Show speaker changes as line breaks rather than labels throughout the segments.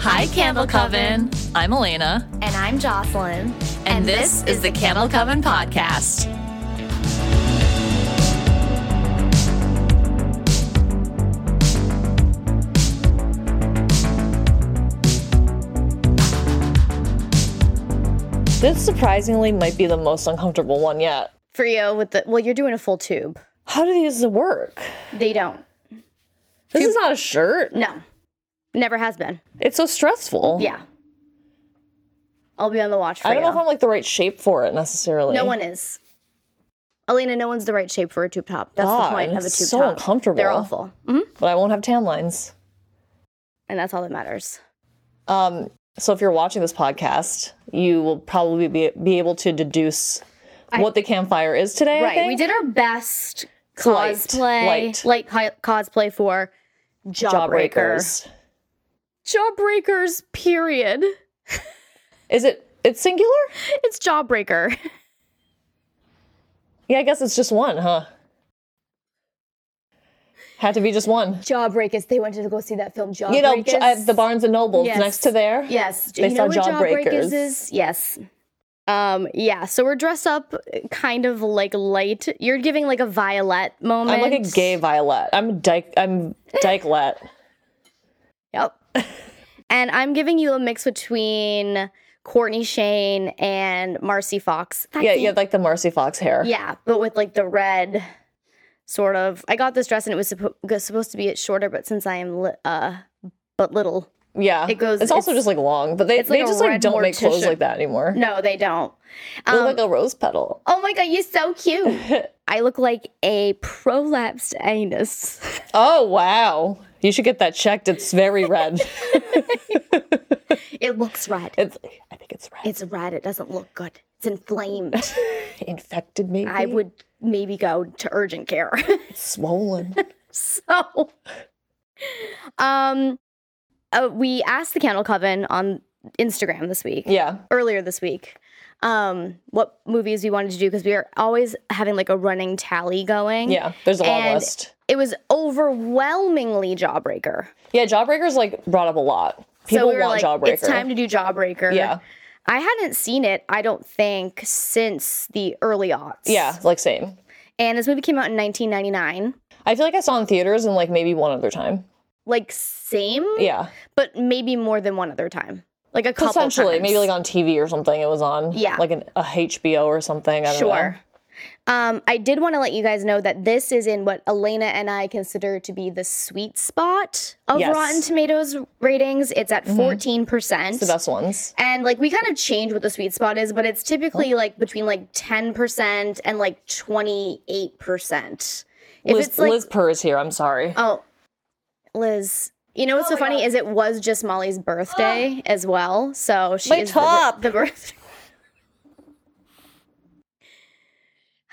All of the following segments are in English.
Camel Coven. I'm Elena,
And I'm Jocelyn.
and, this, is the Camel Coven Podcast.
This surprisingly might be the most uncomfortable one yet.
Frio with the well, you're doing a full tube.
How do these work?
They don't.
This is not a shirt.
No. Never has been.
It's so stressful.
Yeah. I'll be on the watch for
I don't know
you.
if I'm like the right shape for it necessarily.
no one is. Elena, no one's the right shape for a tube top. That's
God,
the point of a
it's
tube
so
top.
uncomfortable.
They're awful. hmm
But I won't have tan lines.
And that's all that matters.
Um, so if you're watching this podcast, you will probably be, be able to deduce what the campfire is today. I
Right. We
think.
did our best
Light,
cosplay.
light.
Like hi- cosplay for Jawbreaker.
Jawbreakers.
Jawbreakers, period.
Is it? It's singular.
It's Jawbreaker.
Yeah, I guess it's just one, huh? Had to be just one.
Jawbreakers. They went to go see that film Jawbreakers.
You know, j- at the Barnes and Noble
Yes.
next to there.
Yes.
They
you know
sell
what
Jawbreakers.
Jawbreakers is? Yes. Um, yeah, so we're dressed up kind of like light. You're giving like a violet moment.
I'm like a gay Violet. I'm a dyke. I'm dykelet.
Yep. and I'm giving you a mix between Courtney Shane and Marcy Fox. I
yeah,
think-
you have like the Marcy Fox hair.
Yeah, but with like the red sort of. I got this dress and it was suppo- go- supposed to be it shorter, but since I am li- uh but little,
yeah.
It goes-
It's also
it's-
just like long, but they
it's like
they
a
just like
red
don't make clothes
mortician.
like that anymore.
no, they don't.
They look like
um,
a rose petal.
Oh my god, you're so cute. I look like a prolapsed anus.
Oh wow, you should get that checked. It's very red.
It looks red.
it's I think it's red.
It's red. It doesn't look good. It's inflamed.
infected. Maybe
I would maybe go to urgent care.
It's swollen.
so, um, uh, we asked the Candle Coven on Instagram this week,
yeah,
earlier this week, um, what movies we wanted to do because we are always having like a running tally going.
yeah. There's a long
And-
list.
It was overwhelmingly Jawbreaker.
Yeah, Jawbreakers like brought up a lot. People
we were
want Jawbreaker.
It's time to do Jawbreaker.
yeah,
I hadn't seen it, I don't think, since the early aughts.
yeah, like same.
And this movie came out in 1999.
I feel like I saw it in theaters and like maybe one other time.
Like, same,
Yeah,
but maybe more than one other time. Like a couple
potentially
times.
maybe like on TV or something. It was on
Yeah.
like an, a HBO or something. I don't
Sure. Um, I did want to let you guys know that this is in what Elena and I consider to be the sweet spot of
Yes.
Rotten Tomatoes ratings. It's at 14%.
know. the best ones.
and like we kind of change what the sweet spot is, but it's typically like between like 10% and like 28%. If
Liz,
it's like
Liz Purr is here. I'm sorry.
Oh, Liz. You know what's
Oh
so funny is it was just Molly's birthday as well, so she
My
is the-
top.
The, birth.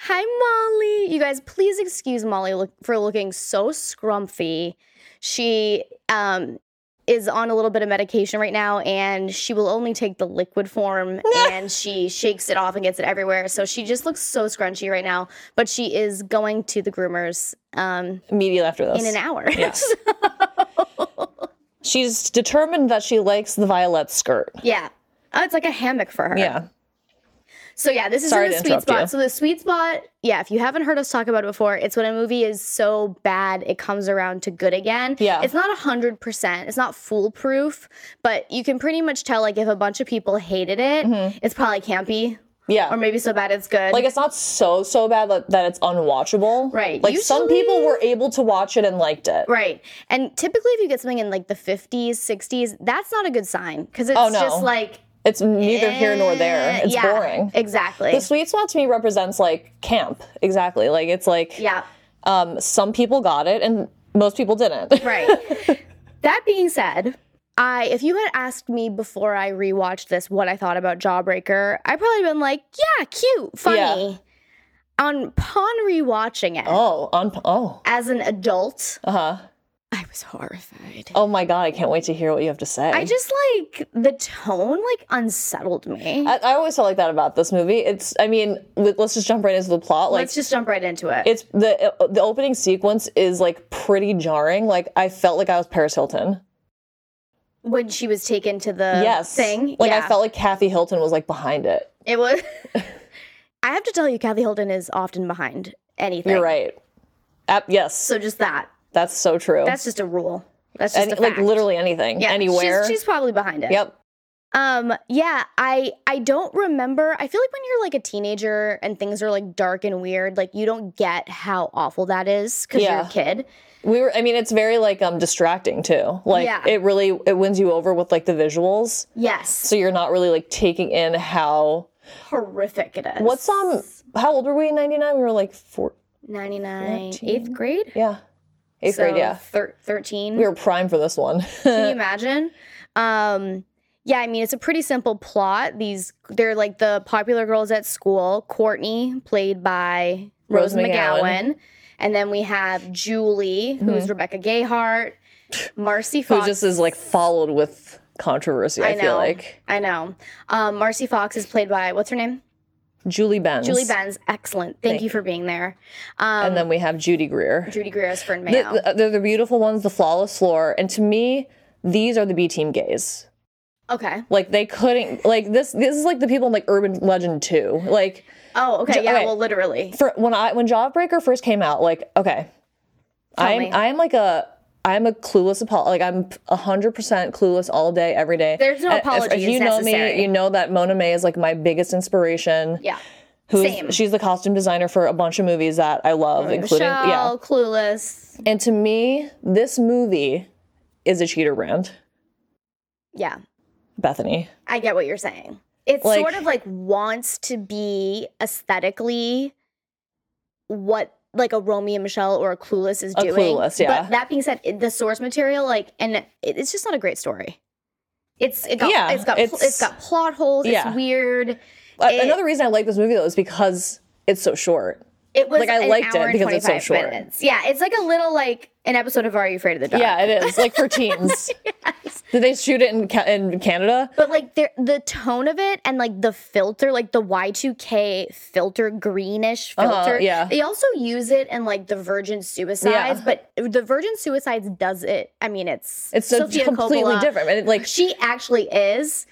Hi, Molly. You guys, please excuse Molly look, for looking so scrumpy. She um, is on a little bit of medication right now, and she will only take the liquid form, and she shakes it off and gets it everywhere. So she just looks so scrunchy right now. But she is going to the groomers. Um,
Immediately after this,
in an hour.
Yeah. she's determined that she likes the violet skirt.
yeah. Oh, it's like a hammock for her.
Yeah,
So yeah, this is
Sorry
in the
to
sweet
interrupt
spot.
you.
So the sweet spot, yeah, if you haven't heard us talk about it before, it's when a movie is so bad it comes around to good again.
Yeah.
It's not hundred percent. It's not foolproof, but you can pretty much tell like if a bunch of people hated it, it's probably campy.
yeah.
Or maybe so bad it's good.
Mm-hmm. like it's not so so bad that, that it's unwatchable.
Right.
Like some
Usually-
people were able to watch it and liked it.
Right. And typically if you get something in like the 50s, 60s, that's not a good sign cuz it's
Oh, no.
just like
It's neither here nor there.
eh,
It's
yeah,
boring.
Exactly.
the sweet spot to me represents like camp. Exactly. Like it's like
yeah.
um some people got it and most people didn't.
Right. that being said, I if you had asked me before I rewatched this what I thought about Jawbreaker, I probably been like, yeah, cute, funny. On upon rewatching it
oh, on oh.
as an adult,
Uh-huh.
I was horrified.
Oh my god, I can't wait to hear what you have to say.
I just like the tone like unsettled me.
I, I always felt like that about this movie. It's I mean, with, let's just jump right into the plot. Like
Let's just jump right into it.
it's the uh, the opening sequence is like pretty jarring. Like I felt like I was Paris Hilton.
when she was taken to the
yes.
thing.
Like
yeah.
I felt like Kathy Hilton was like behind it.
it was. I have to tell you, Kathy Hilton is often behind anything.
You're right. Ap- yes,
So just that.
that's so true.
That's just a rule. That's just
Oh. Any-
a fact.
like literally anything,
Yeah,
anywhere.
She's, she's probably behind it.
yep.
Um. Yeah. I. I don't remember. I feel like when you're like a teenager and things are like dark and weird, like you don't get how awful that is because you're
Yeah.
a kid.
We were. I mean, it's very like um distracting too. Like
Yeah.
it really it wins you over with like the visuals,
Yes.
so you're not really like taking in how
Horrific it is.
What's um? How old were we in '99? We were like four.
99
13?
eighth grade?
Yeah, eighth grade.
So
Yeah,
thir- 13.
we were prime for this one.
Can you imagine? Um, yeah, I mean, it's a pretty simple plot. These they're like the popular girls at school. Courtney, played by
Rose
Rose,
McGowan. Mm-hmm.
McGowan. and then we have Julie, who's Rebecca Gayhart, Marcy
Who
Fox.
just is like followed with controversy? I,
I know.
feel like
I know. Um, Marcy Fox is played by what's her name?
Julie Benz.
Julie Benz. Excellent. Thank, you for being there. Um,
and then we have Judy Greer.
Judy Greer as Fern Mayo.
The, the, they're the beautiful ones, the flawless floor, and to me, these are the B team gays.
okay.
Like they couldn't like this. This is like the people in like Urban Legend too. Like
Oh, okay. Yeah.
okay.
Well, literally.
for when I when Jawbreaker first came out, like okay,
me.
I'm I'm like a I'm a clueless apo- like I'm hundred percent clueless all day every day.
There's no
Uh, if- If,
apology
you
is
know
necessary.
me, you know that Mona May is like my biggest inspiration.
Yeah.
Who's,
same.
She's the costume designer for a bunch of movies that I love, including
Michelle,
yeah.
Clueless.
And to me, this movie is a cheater brand,
Yeah.
Bethany.
I get what you're saying. It
Like-
sort of like wants to be aesthetically what like a Romeo and Michelle or a Clueless is
A
doing.
Clueless, yeah.
But that being said, it- the source material, like, and it, it's just not a great story. It's it got
Yeah,
it's got pl-
it's-
it's got plot holes.
Yeah.
It's weird.
A-
It-
Uh, Another reason I like this movie though is because it's so short.
It was
Like, I
an
liked it
hour and
because it's so
25
short.
Minutes. Yeah, it's like a little like an episode of Are You Afraid of the Dark?
Yeah, it is like for teens. Did they shoot it in Ca- in Canada?
But like the the tone of it and like the filter, like the Y two K filter, greenish
Uh-huh,
filter.
yeah.
They also use it in like the Virgin Suicides, but the Virgin Suicides does it. I mean, it's
It's so
Sofia
completely
Coppola.
different. And it, like
She actually is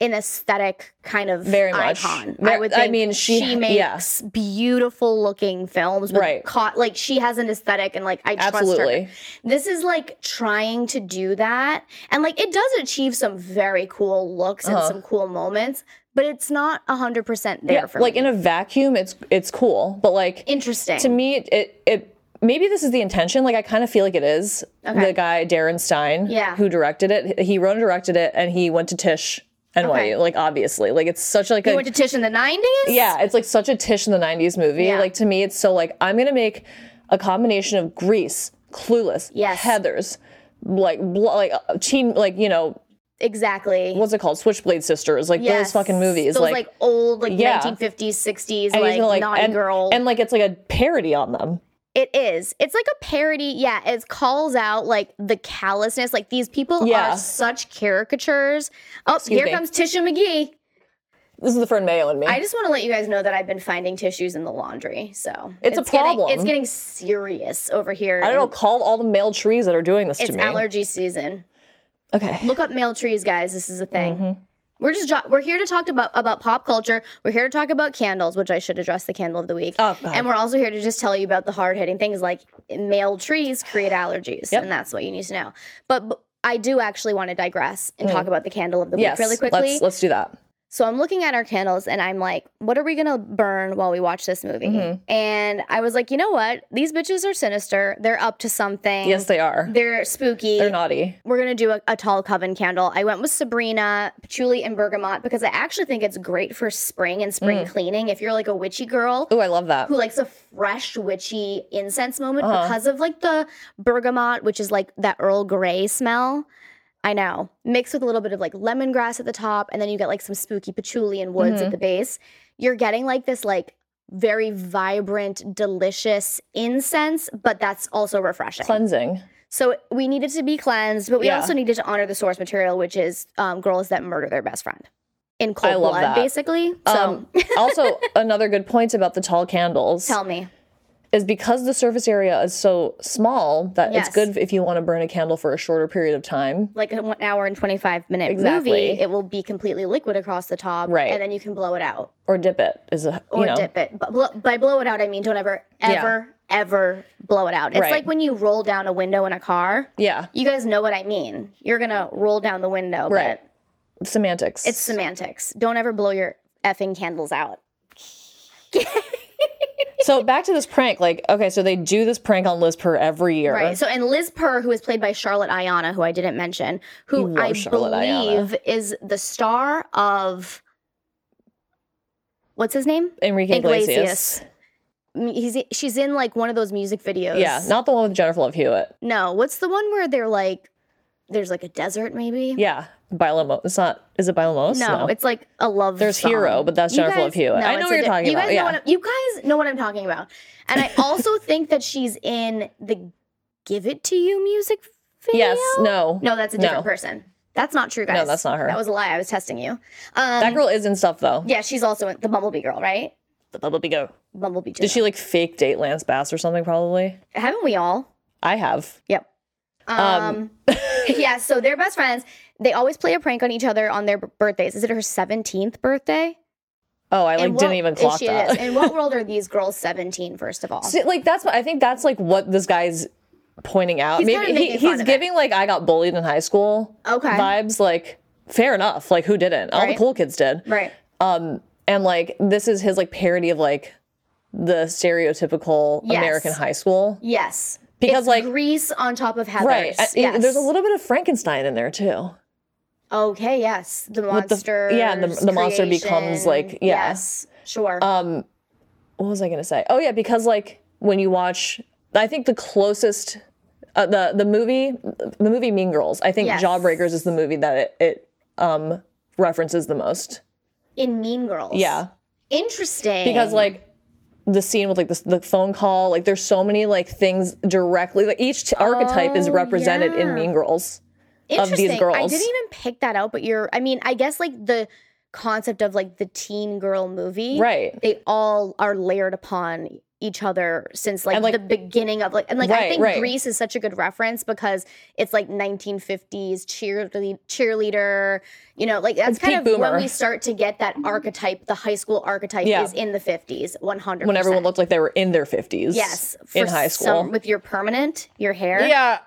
an aesthetic kind of
Very much.
icon.
Ver-
I would.
I
Think
mean, she-
makes beautiful looking films. With
Right.
co- like she has an aesthetic, and like I trust her.
Absolutely.
This is like trying to do that. And like it does achieve some very cool looks and
Uh-huh.
some cool moments, but it's not 100% there
yeah,
for
like
me.
in a vacuum, it's it's cool. But like
Interesting.
to me, it, it it maybe this is the intention. Like I kind of feel like it is.
Okay.
The guy Darren Stein,
Yeah.
who directed it, he wrote and directed it, and he went to Tish NYU.
Okay.
Like obviously, like it's such like
you
a
went to Tish in the 90s?
yeah, it's like such a Tish in the '90s movie.
Yeah.
Like to me, it's so like I'm gonna make a combination of Grease, Clueless,
Yes.
Heather's, like bl- like uh, teen, like you know
Exactly.
what's it called, Switchblade Sisters, like those
Yes.
fucking movies,
Those like, old like
Yeah.
1950s, 60s
and
like,
he's gonna,
naughty
and,
girl.
and like it's like a parody on them.
It is. It's like a parody. Yeah, it calls out like the callousness. Like these people
Yeah.
are such caricatures. Oh, here
me.
comes Tisha McGee.
This is the Fern Mayo and me.
I just want to let you guys know that I've been finding tissues in the laundry. So
It's a problem.
Getting, it's getting serious over here.
I don't know. Call all the male trees that are doing this
It's
to me.
allergy season.
okay.
Look up male trees, guys. This is a thing.
Mm-hmm.
We're just jo- we're here to talk about about pop culture. We're here to talk about candles, which I should address the candle of the week.
Oh, God.
And we're also here to just tell you about the hard hitting things like male trees create allergies,
Yep.
and that's what you need to know. But. but I do actually want to digress and talk about the candle of the
Mm. Yes.
week really quickly.
Let's let's do that.
So I'm looking at our candles and I'm like, what are we gonna burn while we watch this movie?
Mm-hmm.
And I was like, you know what? These bitches are sinister. They're up to something.
Yes, they are.
They're spooky.
They're naughty.
We're gonna do a, a tall coven candle. I went with Sabrina, patchouli, and bergamot because I actually think it's great for spring and spring cleaning. If you're like a witchy girl,
Oh, I love that.
who likes a fresh witchy incense moment because of like the bergamot, which is like that Earl Grey smell. I know. Mixed with a little bit of like lemongrass at the top, and then you get like some spooky patchouli and woods at the base. You're getting like this like very vibrant, delicious incense, but that's also refreshing.
Cleansing.
so we needed to be cleansed, but we
Yeah.
also needed to honor the source material, which is um, girls that murder their best friend in cold
I love
blood,
that.
basically. So
Um, also, another good point about the tall candles
tell me.
is because the surface area is so small that
Yes.
it's good if you want to burn a candle for a shorter period of time.
like a one hour and 25 minute
Exactly.
movie, it will be completely liquid across the top.
Right.
And then you can blow it out
Or dip it is a
or
you know
dip it. But blow, by blow it out, I mean don't ever,
Yeah.
ever, ever blow it out. It's
Right.
like when you roll down a window in a car.
yeah
You guys know what I mean. You're going to roll down the window.
Right.
But
semantics.
it's semantics. Don't ever blow your effing candles out.
so back to this prank. Like okay, so they do this prank on Liz Per every year.
Right. So, and Liz Purr, who is played by Charlotte Ayana, who I didn't mention, who
love
I
Charlotte Ayana.
believe is the star of what's his name?
Enrique
Iglesias.
Iglesias.
M- He's she's in like one of those music videos.
Yeah, not the one with Jennifer Love Hewitt.
no. What's the one where they're like, there's like a desert, maybe?
Yeah, Bilamos. It's not. Is it Bilamos?
No, it's like a love.
There's
song.
Hero, but that's
You
Jennifer Love Hewitt. I know
it's
what
a
you're
di-
talking
you guys
about,
Know
yeah.
what I'm- you guys know what I'm talking about, and I also think that she's in the "Give It to You" music video.
Yes. No.
No, that's a different
No.
person. That's not true, guys.
that's not her.
That was a lie. I was testing you. Um,
That girl is in stuff though.
yeah, she's also in the Bumblebee girl, right?
The Bumblebee Go.
Bumblebee. Did
Did she like fake date Lance Bass or something? Probably.
Haven't we all?
I have.
Yep. Um, yeah, so they're best friends. They always play a prank on each other on their b- birthdays. Is it her 17th birthday?
Oh, I like
And
didn't
what-
even
and
clock
she
that.
is. In what world are these girls 17, first of all?
See, like that's what I think that's like what this guy's pointing out.
He's kinda making
he,
fun
he's
of
giving like I got bullied in high school
Okay.
vibes. Like fair enough. Like who didn't? All
Right.
the cool kids did.
right.
Um, and like this is his like parody of like the stereotypical
Yes.
American high school.
Yes.
Because,
It's
like-
Grease on top of Heather's.
Right. I-
Yes.
There's a little bit of Frankenstein in there too.
Okay, yes. The
With the-
monster.
yeah, and the- the monster becomes, like, yeah.
Yes. Sure.
um what was i gonna say oh yeah because like when you watch i think the closest uh, the the movie the movie mean girls i think
Yes.
jawbreakers is the movie that it, it um references the most
in Mean Girls.
yeah
Interesting.
because like the scene with like the, the phone call like there's so many like things directly like each t- archetype is
Oh,
represented
yeah.
in mean girls of these
Interesting. I
girls.
didn't even pick that out, but you're, I mean, I guess like the concept of like the teen girl movie.
right
They all are layered upon each other since like,
And, like-
the beginning of like, and like I
Right,
think
right.
Greece is such a good reference because it's like 1950s cheerlead, cheerleader, you know, like that's
It's
kind
peak
of when
boomer.
we start to get that archetype, the high school archetype
Yeah.
is in the 50s, 100
when everyone looked like they were in their 50s
Yes,
in
for
high
some-
school
with your permanent, your hair.
yeah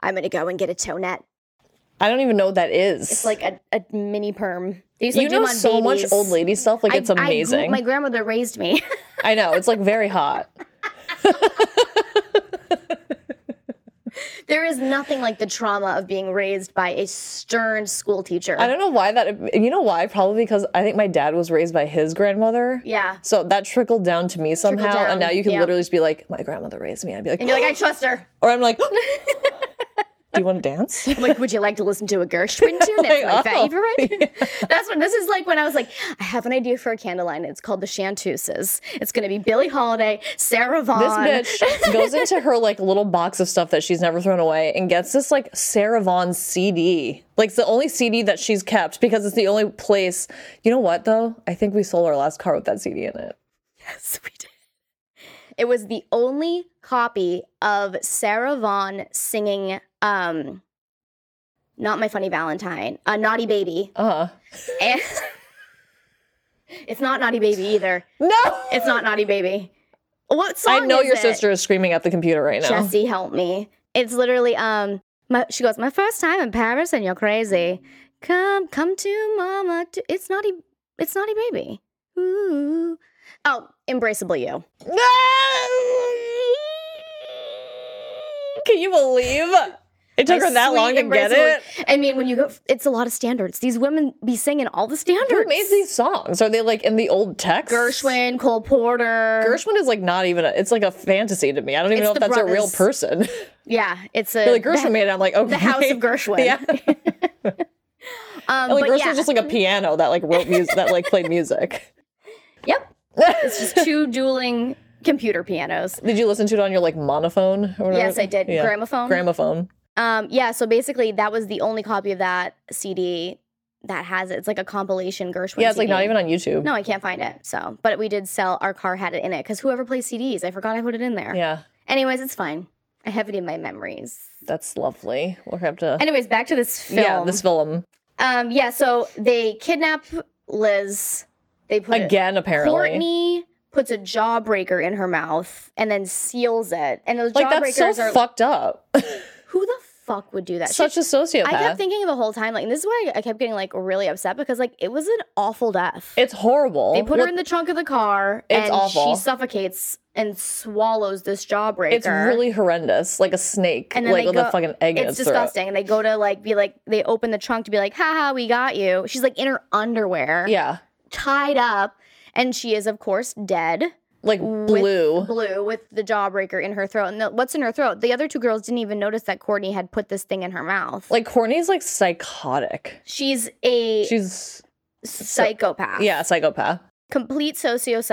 I'm gonna go and get a toenet.
i don't even know what that is
It's like a, a mini perm. They used to
you
do
know
them on
so much
babies.
old lady stuff like it's
I- I grew-
amazing
my grandmother raised me.
I know it's like very hot.
there is nothing like the trauma of being raised by a stern school teacher.
I don't know why that. You know why? Probably because I think my dad was raised by his grandmother.
Yeah.
So that trickled down to me somehow,
down,
and now you can
yeah.
literally just be like, "My grandmother raised me." I'd be like,
And you're like, I trust her.
or I'm like, "Do you want to dance?"
I'm like, would you like to listen to a Gershwin tune? That's my
Like, oh.
favorite. That's when this is like when I was like, I have an idea for a candle line. It's called the Chanteuses. It's gonna be Billie Holiday, Sarah Vaughan.
This bitch goes into her like little box of stuff that she's never thrown away and gets this like Sarah Vaughan CD. Like it's the only CD that she's kept because it's the only place. You know what though? I think we sold our last car with that CD in it.
Sweet. It was the only copy of Sarah Vaughan singing um not my funny Valentine, uh, Naughty Baby.
Uh huh.
And it's not Naughty Baby either.
No.
It's not Naughty Baby. What song?
I know
is
your
it?
sister is screaming at the computer right now.
Jesse, help me. It's literally um. My, she goes, my first time in Paris, and you're crazy. Come, come to mama. To, it's naughty. It's naughty baby. Ooh. Oh, embraceable you.
Can you believe it took
My
her that
sweet
long to get
Embraceable
it?
You. I mean, when you go, it's a lot of standards. These women be singing all the standards.
Who made these songs? Are they like in the old text?
Gershwin, Cole Porter.
Gershwin is like not even. A, it's like a fantasy to me. I don't even
It's
know if
the
that's a real
brothers.
person.
yeah, it's a
They're like Gershwin
the,
made it. I'm like okay.
the House of Gershwin.
Yeah. And,
Um,
like
but
Gershwin's
yeah,
just like a piano that like wrote music that like played music.
yep. It's just two dueling computer pianos.
Did you listen to it on your like monophone? Or whatever?
Yes, I did. Gramophone.
Gramophone.
Um, yeah, so basically that was the only copy of that CD that has it. It's like a compilation Gershwin.
Yeah, it's like not
CD.
even on YouTube.
No, I can't find it. So, but we did sell. Our car had it in it because whoever plays CDs, I forgot I put it in there.
Yeah,
Anyways, it's fine. I have it in my memories.
that's lovely. We'll have to.
Anyways, back to this film.
Yeah, this film
Um, yeah. So they kidnap Liz. They put
again. Apparently,
Courtney puts a jawbreaker in her mouth and then seals it. And those
like that's so
jawbreakers are
fucked up.
who the fuck would do that?
Such a sociopath.
I kept thinking the whole time, like, and this is why I kept getting like really upset because like it was an awful death.
it's horrible.
they put her in the trunk of the car
It's
and she
awful.
suffocates and swallows this jawbreaker.
It's really horrendous, like a snake,
And then
like
they
with
go-
a fucking egg in
it's
its
disgusting. And they go to like be like they open the trunk to be like, haha, we got you. She's like in her underwear,
throat. Yeah,
tied up, and she is of course dead.
like blue.
blue with the jawbreaker in her throat. And the, what's in her throat? The other two girls didn't even notice that Courtney had put this thing in her mouth.
Like Courtney's like psychotic.
she's a
She's
psychopath.
yeah, a psychopath.
complete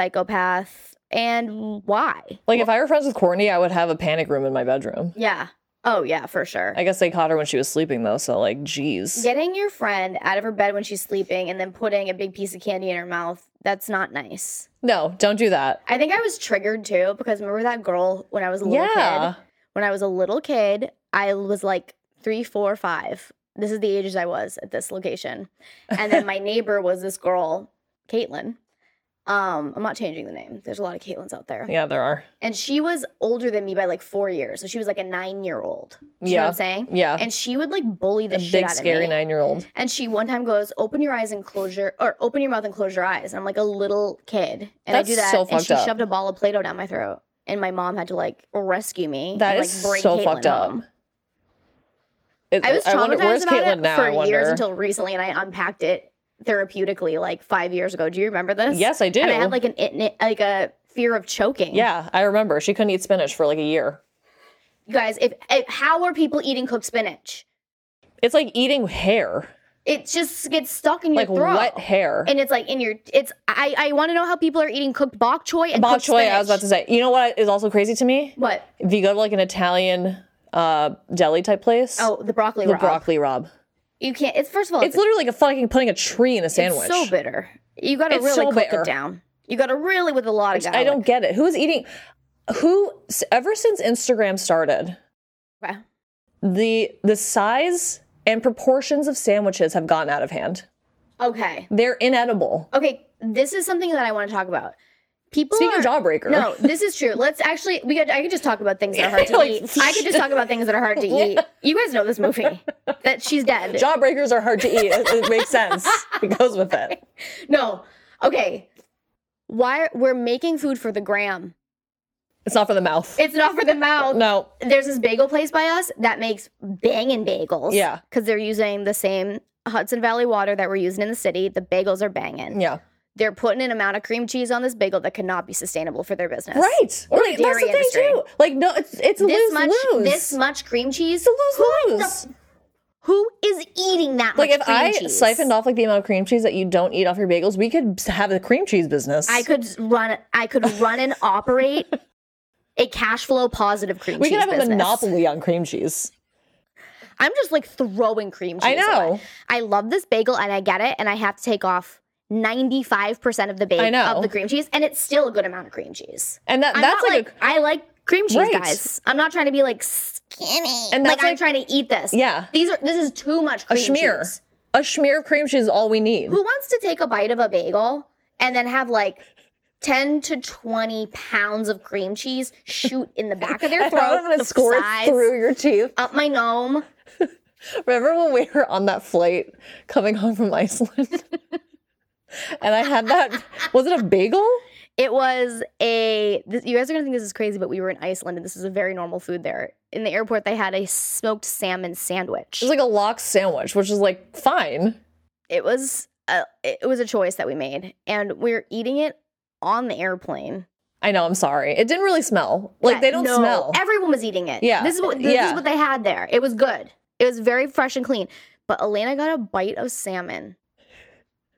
socio-psychopath. And why?
Like if I were friends with Courtney, I would have a panic room in my bedroom.
Yeah. Oh yeah, for sure.
I guess they caught her when she was sleeping though, so like, geez.
Getting your friend out of her bed when she's sleeping and then putting a big piece of candy in her mouth—that's not nice.
No, don't do that.
I think I was triggered too because remember that girl when I was a little
yeah,
kid. When I was a little kid, I was like three, four, five. This is the ages I was at this location. And then my neighbor was this girl, Caitlin. Um, I'm not changing the name. There's a lot of Caitlins out there.
yeah, there are.
And she was older than me by like four years. So she was like a nine year old. You know what
Yeah,
I'm saying?
yeah.
And she would like bully the
a
shit
big
out of
scary
me.
nine-year-old.
And she one time goes, "Open your eyes and close your, or open your mouth and close your eyes." And I'm like a little kid, and I
That's
do that,
so
and
fucked
she
up.
shoved a ball of Play-Doh down my throat, and my mom had to like rescue me.
That
and,
is
like, break
so
Caitlin
fucked up.
home.
It-
I was traumatized
wonder- where's
about
Caitlin
it
now? I
for
wonder.
years until recently, and I unpacked it therapeutically like five years ago. Do you remember this?
yes, I do.
And I had like an it- like a fear of choking.
yeah, I remember. She couldn't eat spinach for like a year.
you guys, if, if how are people eating cooked spinach?
It's like eating hair,
It just gets stuck in your
like
throat.
wet hair.
and it's like in your it's i i want to know how people are eating cooked bok choy and
Bok
cooked
choy. I was about
spinach.
to say. You know what is also crazy to me?
what
If you go to like an Italian uh, deli type place,
oh the broccoli
the
rabe.
broccoli rob.
you can't it's first of all
It's
it's,
literally like a fucking putting a tree in a sandwich.
it's so bitter you gotta
It's
really
so
cook
bitter.
it down you gotta really with a lot of
I don't get it. Who's eating? Who? s- Ever since Instagram started,
Okay.
the the size and proportions of sandwiches have gone out of hand.
okay
They're inedible.
okay this is something that i want to talk about people
Speaking of
are-
jawbreaker,
no this is true let's actually we could i could just talk about things that are hard to
Like,
eat i could just talk about things that are hard to eat you guys know this movie that she's dead
jawbreakers are hard to eat. it, it makes sense. It goes with it.
no okay why we're making food for the gram
It's not for the mouth.
it's not for the mouth
no,
there's this bagel place by us that makes bangin' bagels.
Yeah.
Because they're using the same Hudson Valley water that we're using in the city. The bagels are banging.
yeah,
They're putting an amount of cream cheese on this bagel that could not be sustainable for their business.
right.
Or
Like,
the
that's
dairy
the thing
industry.
too. Like no, it's it's a
This
lose
much,
lose.
this much cream cheese.
it's a lose lose.
Who is eating that
Like
much
if
cream
I
cheese?
siphoned off like the amount of cream cheese that you don't eat off your bagels, we could have a cream cheese business.
I could run. I could run and operate a cash flow positive cream
we
cheese
could have
business.
a monopoly on cream cheese.
I'm just like throwing cream cheese.
I know.
away. I love this bagel and I get it, and I have to take off 95% of the
I
bacon
know.
of the cream cheese, and it's still a good amount of cream cheese.
And that
I'm
that's
not
like,
like, I like cream cheese,
Right.
guys. I'm not trying to be like skinny.
And
like,
that's
I'm
like-
trying to eat this.
Yeah.
These are this is too much
a, a
cream
schmear.
cheese.
A schmear of cream cheese is all we need.
Who wants to take a bite of a bagel and then have like 10 to 20 pounds of cream cheese shoot in the back of their
And how
throat,
I'm gonna
the
score
sides,
through your teeth.
up my gnome.
Remember when we were on that flight coming home from Iceland? and I had that was it a bagel?
It was a. This, you guys are gonna think this is crazy, but we were in Iceland, and this is a very normal food there. In the airport, they had a smoked salmon sandwich.
It was like a lox sandwich, which is like fine.
It was a, it was a choice that we made, and we were eating it on the airplane.
I know, I'm sorry. It didn't really smell. Like they don't
No,
smell.
Everyone was eating it.
Yeah,
this is what this
yeah.
is what they had there. It was good. It was very fresh and clean. But Elena got a bite of salmon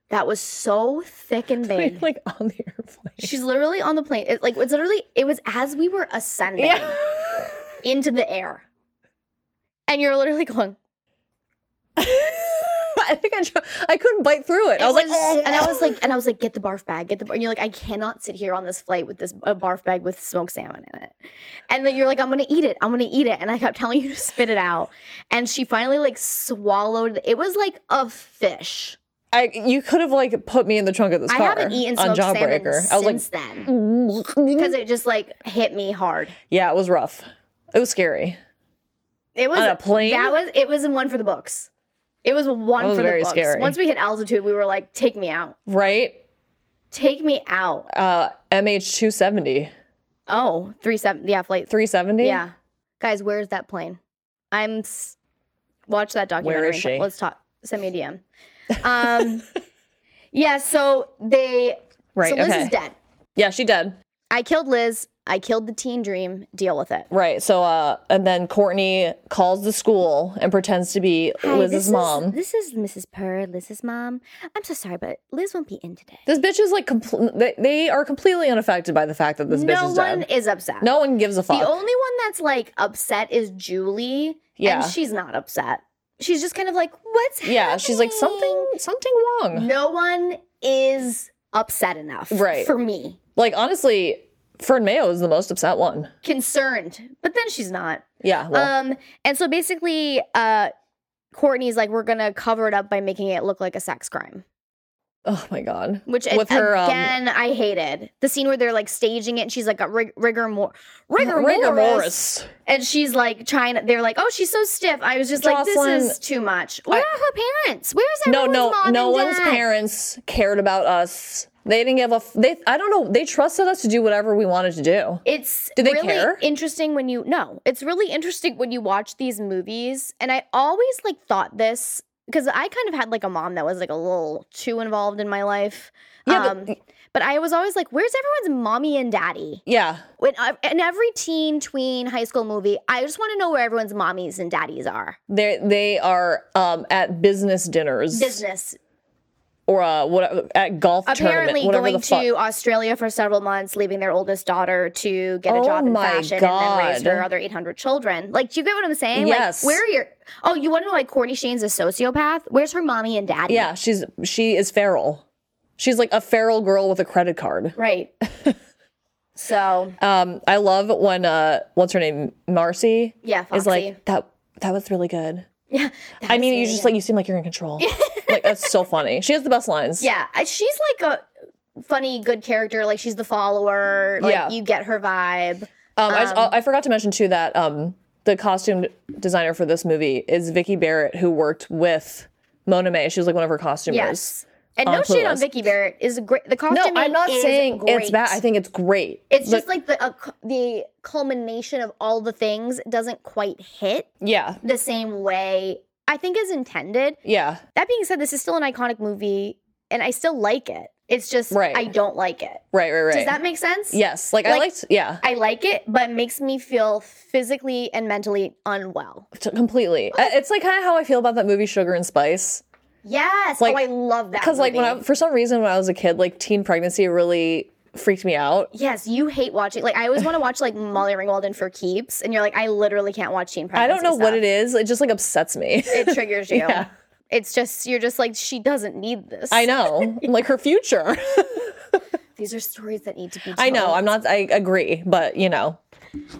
that was so thick and big.
like on the airplane.
She's literally on the plane. It, like it's literally it was as we were ascending.
Yeah.
into the air. And you're literally going,
I think I, tr- I couldn't bite through it. I was, like, "Oh,
and I was like, and I was like, get the barf bag, get the. Bar-. And you're like, I cannot sit here on this flight with this a barf bag with smoked salmon in it. And then you're like, I'm gonna eat it, I'm gonna eat it. And I kept telling you to spit it out. And she finally like swallowed. It was like a fish.
I, you could have like put me in the trunk of this
I
car
haven't eaten
on
smoked salmon
Jawbreaker. I was like,
since then because it just like hit me hard.
yeah, it was rough. It was scary.
It was
On a plane?
That was it was in one for the books. It was one
That was
for the
very
books.
scary.
Once we hit altitude, we were like, take me out,
Right?
take me out.
Uh, MH 270.
Oh, three seven, yeah, flight
370?
Yeah. Guys, where's that plane? I'm s- watch that documentary.
Where is
and t-
she?
Let's talk. Send me a DM. Um Yeah, so they
Right.
so Liz
okay.
is dead.
Yeah, she dead.
I killed Liz. I killed the teen dream. Deal with it.
Right. So, uh, and then Courtney calls the school and pretends to be Liz's mom.
this is Mrs. Purr, Liz's mom. I'm so sorry, but Liz won't be in today.
this bitch is like, compl- they, they are completely unaffected by the fact that this bitch
no
is
one
dead.
is upset.
No one gives a fuck.
The only one that's like upset is Julie.
Yeah.
And she's not upset. She's just kind of like, what's
yeah, she's like,
happening?"
something, something wrong.
No one is upset enough
Right.
for me.
Like, honestly, Fern Mayo is the most upset one.
Concerned. But then she's not.
Yeah. Well,
Um, and so basically, uh Courtney's like, we're gonna cover it up by making it look like a sex crime.
oh my God.
Um, Which
With her, um,
again, I hated the scene where they're like staging it, and she's like a rig- rigor more rigor, mortis.
Rigor Morris.
and she's like trying to they're like oh she's so stiff i was just like
Jocelyn-
this is too much where are her parents where's
No,
everyone's
no,
mom
no
and
one's
dad?
parents cared about us. They didn't give a. F- they, I don't know. They trusted us to do whatever we wanted to do.
it's
Do they
really
care?
interesting when you no it's really interesting when you watch these movies and i always like thought this because i kind of had like a mom that was like a little too involved in my life
Yeah,
um but, i was always like where's everyone's mommy and daddy
Yeah,
when I- in every teen tween high school movie i just want to know where everyone's mommies and daddies are
they they are um, at business dinners
business
or uh, what at golf
apparently
tournament, whatever
going
the fuck.
to Australia for several months, leaving their oldest daughter to get a
Oh
job in
my
fashion and then raise
God.
her other 800 children. Like, do you get what I'm saying?
Yes.
Like, where are your. Oh, you want to know why Courtney Shane's a sociopath? Where's her mommy and daddy?
yeah, she's she is feral. She's like a feral girl with a credit card.
Right. so,
Um, I love when uh, what's her name, Marcy,
yeah, Foxy.
is like that. That was really good.
yeah.
I mean, you just like you seem like you're in control. like that's so funny. She has the best lines.
Yeah. I- She's like a funny, good character. Like, she's the follower. Like,
Yeah.
you get her vibe.
Um, I, just- I forgot to mention too that um, the costume designer for this movie is Vicky Barrett, who worked with Mona May. She was like one of her costumers.
Yes. And
on
no shade on
Clueless.
Vicky Barrett is a great. The
Uh, No,
costume.
I'm not
is
saying
great.
it's bad. I think it's great.
It's
But-
just like the uh, cu- the culmination of all the things doesn't quite hit
yeah,
the same way I think is intended.
yeah,
That being said, this is still an iconic movie, and I still like it. It's just
Right.
I don't like it.
right, right, right.
Does that make sense?
yes, like, I
like-
liked. Yeah,
I like it, but it makes me feel physically and mentally unwell.
t- completely. I- It's like kind of how I feel about that movie Sugar and Spice.
Yes,
Like-
oh, I love that.
Because like when
movie.
I, for some reason when I was a kid, like teen pregnancy really freaked me out.
yes, you hate watching. Like I always want to watch like Molly Ringwald and For Keeps, and you're like, I literally can't watch Teen
I
Pregnancy.
don't know
stuff.
what it is. It just like upsets me.
It triggers you.
Yeah.
It's just you're just like she doesn't need this.
I know, like her future.
These are stories that need to be. Told.
I know. I'm not. I agree, but you know,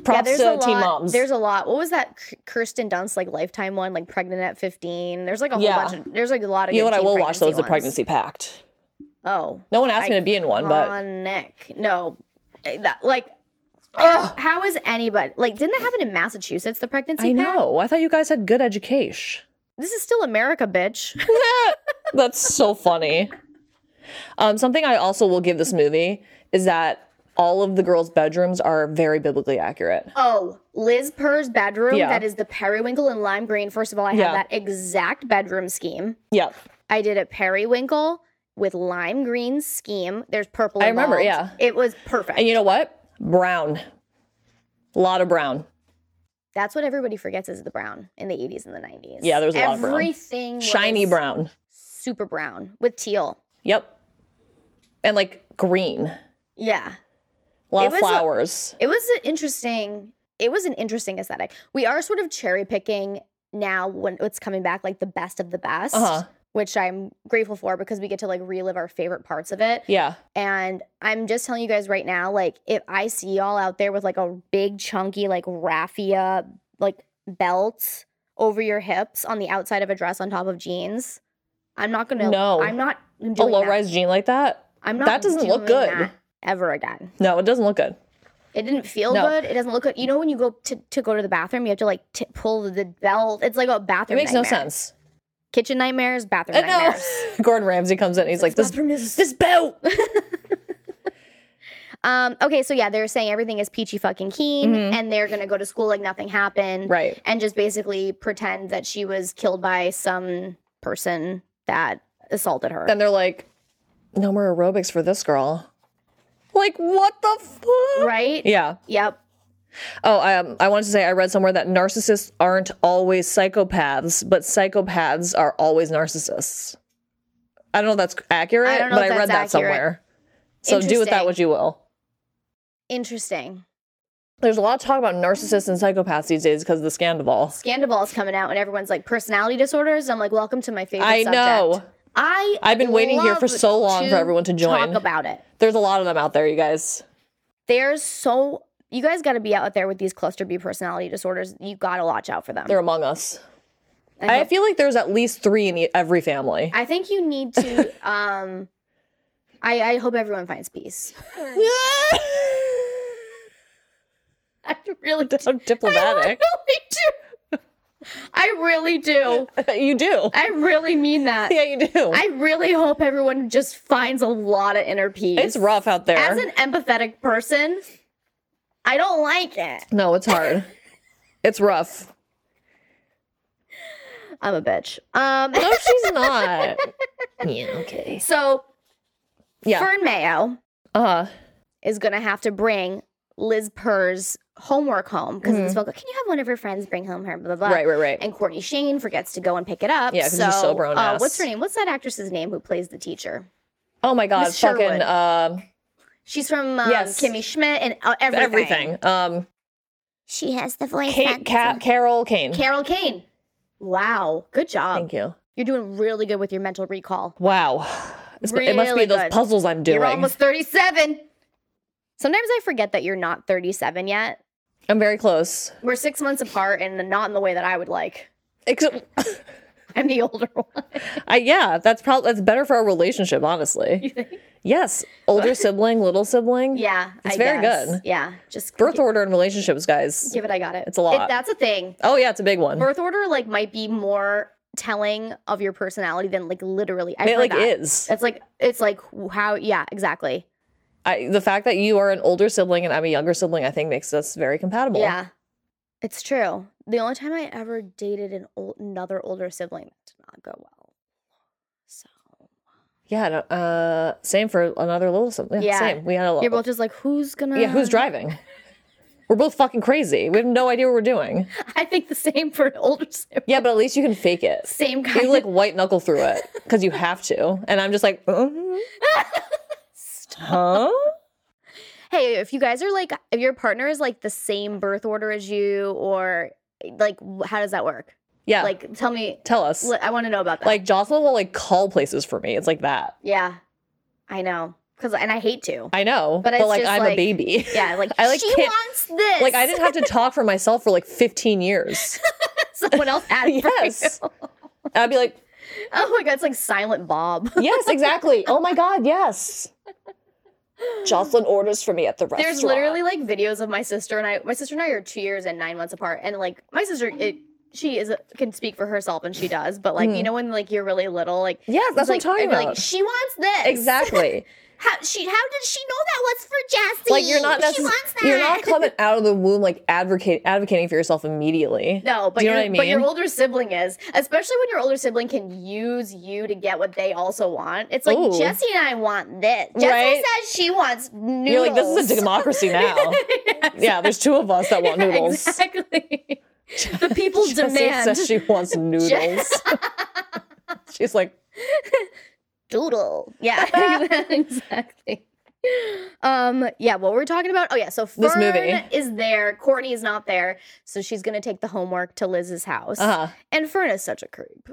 props to teen
lot.
moms.
There's a lot. What was that K- Kirsten Dunst like Lifetime one, like Pregnant at 15? There's like a whole
Yeah.
bunch of. There's like a lot of.
you know
good
what? I
teen
will watch those. The
ones.
pregnancy pact.
Oh,
No one asked me to be in one, but
on Nick. No, Eh, that like. Ugh, how is anybody like? Didn't that happen in Massachusetts? The pregnancy.
I
pact?
know. I thought you guys had good education.
This is still America, bitch.
That's so funny. Um, something I also will give this movie is that all of the girls' bedrooms are very biblically accurate.
oh, Liz Purr's bedroom.
Yeah.
That is the periwinkle and lime green. First of all, I
Yeah.
have that exact bedroom scheme.
Yep.
I did a periwinkle with lime green scheme. There's purple.
I remember,
involved. It was perfect.
And you know what? Brown. A lot of brown.
That's what everybody forgets is the brown in the 80s and the 90s.
Yeah, there was a lot of brown.
Everything was
Shiny brown.
super brown with teal.
Yep. And like green.
Yeah,
A lot
It
of
was a-
flowers.
it was an interesting. It was an interesting aesthetic. We are sort of cherry picking now when it's coming back, like the best of the best.
Uh huh.
which I'm grateful for because we get to like relive our favorite parts of it.
Yeah.
And I'm just telling you guys right now, like if I see y'all out there with like a big chunky like raffia like belt over your hips on the outside of a dress on top of jeans, I'm not gonna.
No.
I'm not doing
A low
that.
rise jean like that?
I'm not.
that doesn't look
doing
good.
that ever again.
No, it doesn't look good.
It didn't feel
No.
good. It doesn't look good. You know when you go to, to go to the bathroom, you have to like t- pull the belt. It's like a
It
bathroom.
makes no
nightmare.
sense.
Kitchen nightmares, bathroom
Uh, No.
nightmares.
Gordon Ramsay comes in and he's like, this,
Oh, bathroom is
this belt.
Um, okay, so yeah, they're saying everything is peachy fucking keen, and they're gonna go to school like nothing happened,
Mm-hmm. Right.
And just basically pretend that she was killed by some person that assaulted her.
Then they're like, no more aerobics for this girl. Like, what the fuck?
right?
Yeah.
Yep.
Oh, um, I wanted to say I read somewhere that narcissists aren't always psychopaths, but psychopaths are always narcissists. I don't know if that's accurate,
I don't know
but I
if
read that
that's accurate.
somewhere. So do with that
Interesting.
what you will.
Interesting.
There's a lot of talk about narcissists and psychopaths these days because of the scandal.
Scandal's coming out, and everyone's like personality disorders. I'm like, welcome to my favorite.
I
subject.
know.
I
I've been waiting here for
love
so long
to
for everyone to join.
Talk about it.
There's a lot of them out there, you guys.
There's so you guys got to be out there with these cluster B personality disorders. You got to watch out for them.
They're among us.
I
I
hope-
feel like there's at least three in e- every family.
I think you need to. um, I, I hope everyone finds peace. I really do.
so
I
diplomatic.
really do. I really do.
you do.
I really mean that.
Yeah, you do.
I really hope everyone just finds a lot of inner peace.
it's rough out there.
As an empathetic person, I don't like it.
no, it's hard. it's rough.
I'm a bitch. Um,
No, she's not. yeah, okay.
so
Yeah.
Fern Mayo
uh,
is gonna have to bring Liz Purr's homework home because it's like, can you have one of your friends bring home her? Blah blah. blah.
Mm-hmm. right, right, right.
and Courtney Shane forgets to go and pick it up.
Yeah, 'cause
so
she's so grown
uh,
ass.
what's her name? What's that actress's name who plays the teacher?
oh my God.
Miss Sherwood.
Fucking um
She's from um,
Yes.
Kimmy Schmidt and uh, everything.
everything. Um,
She has the voice. that-
Kate, Ca- Carol Kane.
Carol Kane. Wow, good job.
Thank you.
You're doing really good with your mental recall.
Wow. It's- it must
Really
be those
good.
puzzles I'm doing.
You're almost 37. Sometimes I forget that you're not 37 yet.
I'm very close.
We're six months apart and not in the way that I would like.
Except,
I'm the older one.
I, yeah, that's probably that's better for our relationship, honestly. Yes, older sibling, little sibling.
Yeah,
It's
I
very
guess.
good.
Yeah, just
Birth order in relationships, guys.
give it. I got it.
It's a lot.
It, that's a thing.
Oh yeah, it's a big one.
birth order like might be more telling of your personality than like literally I
it like
that.
is.
it's like it's like how yeah exactly
I, the fact that you are an older sibling and I'm a younger sibling, I think makes us very compatible.
yeah it's true the only time i ever dated an old, another older sibling that did not go well so
Yeah. no, Uh, same for another little sibling. Yeah.
Yeah.
Same. We had a lot.
you're both just like who's gonna
yeah. Who's driving? we're both fucking crazy. We have no idea what we're doing.
i think the same for an older sibling
Yeah, but at least you can fake it.
same kind
You
of
like white knuckle through it because you have to. And I'm just like, mm huh?
hey if you guys are like if your partner is like the same birth order as you or like wh- how does that work
Yeah. Like,
like tell me
tell us.
i want to know about that
like, Jocelyn will like call places for me. It's like that.
Yeah, I know. Cause and I hate to.
I know, but,
But it's
like
just,
I'm a
like-
baby.
Yeah, like,
I, like,
she
can't-
wants this.
like I didn't have to talk for myself for like 15 years.
someone else had it for
Yes.
you.
I'd be like,
Oh my god, it's like Silent Bob.
yes, exactly. Oh my god, yes. Jocelyn orders for me at the restaurant.
There's literally like videos of my sister and I. My sister and I are two years and nine months apart, and like my sister, it, she is can speak for herself and she does. But like you know when like you're really little, like
Mm. Yes, that's
it's
what I'm
like,
talking
I'd be Like
about.
she wants this
exactly.
How she? How did she know that was for Jesse?
like you're not
She
necess-
wants that.
you're not coming out of the womb like advocate advocating for yourself immediately.
No, but
Do you know
your,
what I mean?
but your older sibling is, especially when your older sibling can use you to get what they also want. It's like
Ooh.
Jesse and I want this. Jesse
Right?
says she wants noodles.
You're like, this is a democracy now. yeah, there's two of us that want noodles.
Exactly. the people
Jessie
demand
says she wants noodles. She's like,
doodle. Yeah, exactly. Um, yeah, what were we talking about? Oh yeah, so Fern
This movie.
is there. Courtney is not there, so she's gonna take the homework to Liz's house.
uh huh.
And Fern is such a creep.